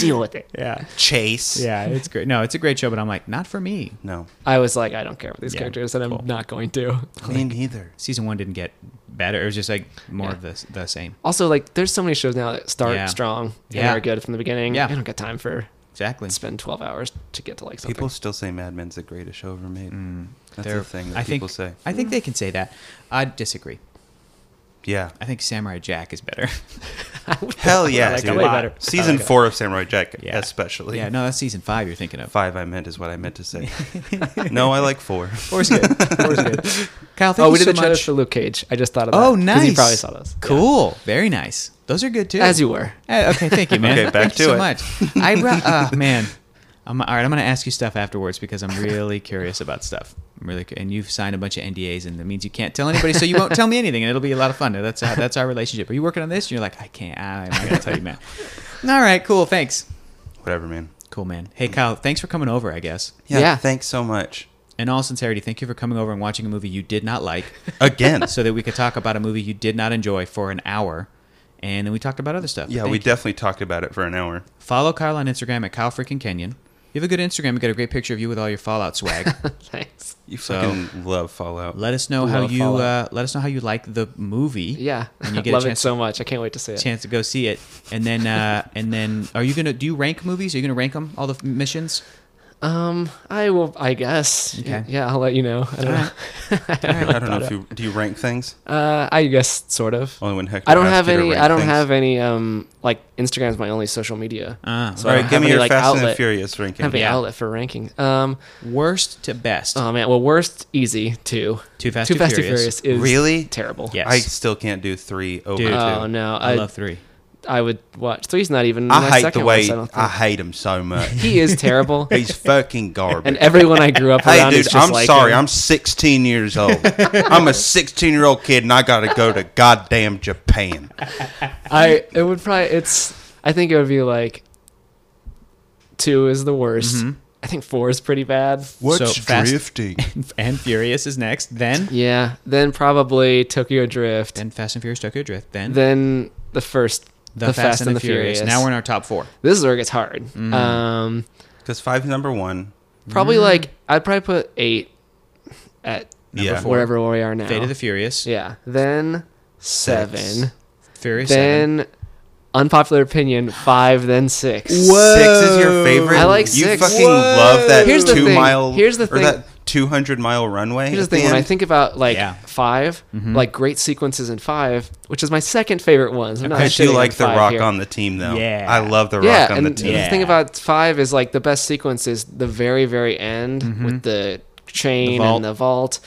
Deal with it. Yeah, Chase. yeah, it's great. No, it's a great show, but I'm like, not for me. No, I was like, I don't care about these Yeah, characters, and I'm cool. not going to. me neither. Season one didn't get better. It was just like more Yeah. of the the same. Also, like, there's so many shows now that start Yeah. strong Yeah. and are good from the beginning. Yeah. I don't got time for Exactly. spend 12 hours to get to like something. People still say Mad Men's the greatest show ever made. That's Mm. They're- the thing that people think, say. I think they can say that. I disagree. Yeah. I think Samurai Jack is better. Hell yeah, like it dude. way better. Season I like it. four of Samurai Jack, Yeah. especially. yeah, no, that's season five you're thinking of. Five, I meant, is what I meant to say. no, I like four. Four's good. Four's good. Kyle, thank oh, you we did so the trailers much. for Luke Cage. I just thought of that. oh, 'cause nice. You probably saw those. Yeah. Cool. Very nice. Those are good too. As you were. Uh, okay, thank you, man. Okay, back Thank to you so it. much. I ra- uh, man. I'm, all right, I'm going to ask you stuff afterwards because I'm really curious about stuff. I'm really, cu- and you've signed a bunch of NDAs, and that means you can't tell anybody, so you won't tell me anything, and it'll be a lot of fun. That's our, that's our relationship. Are you working on this? And you're like, I can't. I'm not going to tell you, man. All right, cool. Thanks. Whatever, man. Cool, man. Hey, Kyle, thanks for coming over. I guess. Yeah. Thanks so much. In all sincerity, thank you for coming over and watching a movie you did not like, Again. so that we could talk about a movie you did not enjoy for an hour, and then we talked about other stuff. yeah, Thank we you. definitely talked about it for an hour. Follow Kyle on Instagram at Kyle freaking Kenyon. You have a good Instagram. We got a great picture of you with all your Fallout swag. Thanks. You So- fucking love Fallout. let us know how Love you uh, Fallout. let us know how you like the movie. Yeah. When you get a Love it chance so much. I can't wait to see it. Chance to go see it, and then uh, and then are you gonna do you rank movies? Are you gonna rank them all the f- missions? Um, I will, I guess. Okay. Yeah, I'll let you know. I don't know. I don't know if you do you rank things. Uh, I guess sort of. Only when Hector. I don't have asks you to any. rank I don't things. have any. Um, like Instagram's my only social media. Ah. so All I right, don't give have me any, your like, Fast and the outlet. Furious I ranking. Have any Yeah. outlet for rankings. Um, Worst to best. oh man. Well, worst easy two. Too fast. Too too Fast Too furious. Furious is Really? terrible. Yes. I still can't do three over Dude. two. Oh no. I, I, love three. I would watch. Three's not even. my I hate second the way worst, I don't I think. hate him so much. he is terrible. He's fucking garbage. and everyone I grew up Hey, around dude, is just I'm like sorry. him. I'm 16 years old. I'm a 16 year old kid, and I got to go to goddamn Japan. I it would probably it's I think it would be like two is the worst. Mm-hmm. I think four is pretty bad. What's Fast- drifting? and Furious is next. Then Yeah. Then probably Tokyo Drift. then Fast and Furious Tokyo Drift. Then Then the first the, Fast, and, the Furious. Now we're in our top four. this is where it gets hard. Mm-hmm. Um Because five's number one. probably like I'd probably put eight at Number yeah. four. wherever we are now. Fate of the Furious. yeah. Then seven. Furious. seven. Then unpopular opinion, five, then six. Six is your favorite. I like You six. fucking love that Here's the two thing. mile. Here's the or thing. That 200 mile runway. Here's at the thing: when I end. think about like Yeah. Mm-hmm. 5 like great sequences in five, which is my second favorite one. so I'm not I do shitting like the five rock here. on the team though. Yeah. I love the rock yeah, on and the team. yeah. thing about five is like the best sequence is the very very end with the Mm-hmm. The chain vault. and the vault.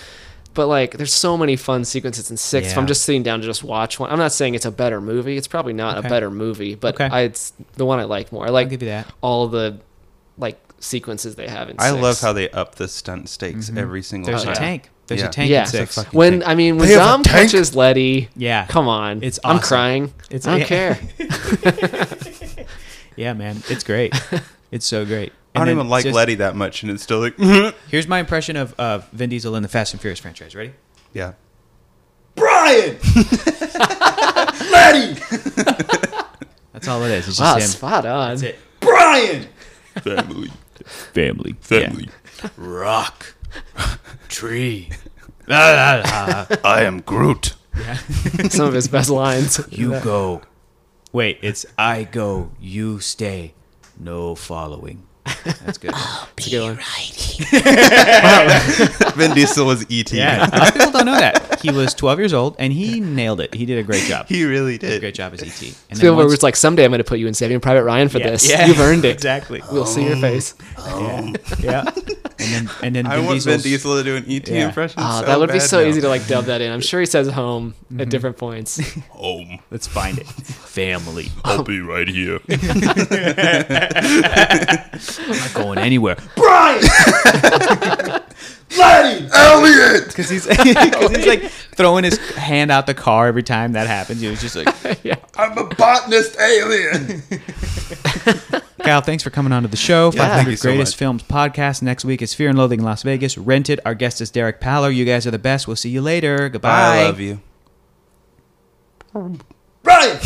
But like, there's so many fun sequences in six. If Yeah. I'm just sitting down to just watch one, I'm not saying it's a better movie. It's probably not Okay. a better movie, but Okay. I, it's the one I like more. I like give you that. all the like sequences they have in. I six. love how they up the stunt stakes every single Mm-hmm. There's time. a tank. There's Yeah. a tank yeah. in six. fucking When tank. I mean when They have a Dom tank? catches Letty, Yeah. come on, It's I'm awesome. crying. It's- I don't yeah. care. Yeah, man, it's great. it's so great. And I don't then even like just- Mm-hmm. Letty that much, and it's still like, Here's my impression of, of Vin Diesel in the Fast and Furious franchise. Ready? yeah. That's all it is. It's Wow, just him. Ah, spot on. That's it. Family, Family. family, Rock. Tree. I am Groot. Some of his best lines. You go. Wait, it's I go, you stay. No following. That's good. It's a good one. Vin Diesel was E ET. Yeah, a lot of people don't know that he was 12 years old and he nailed it. He did a great job. He He really did a did. great job as ET. And It's the one where once- it's like someday I'm going to put you in Saving Private Ryan for Yeah, this. yeah, You've earned it. Exactly. Oh, We'll see your face. Yeah. And then and then I Vin want Diesel's- Vin Diesel to do an ET Yeah. impression. Oh, so that would be bad so now. easy to like dub that in. I'm sure he says home Mm-hmm. at different points. Home. Let's find it. Family. I'll be right here. Not going anywhere. Brian! Laddie! Elliot! Because he's, 'cause he's like throwing his hand out the car every time that happens. He was just like, I'm a botanist alien! Kyle, thanks for coming on to the show. Yeah, 500 thank you so Greatest much. Films podcast. Next week is Fear and Loathing in Las Vegas. Rented. Our guest is Derek Paller. You guys are the best. We'll see you later. Goodbye. I love you. Brian!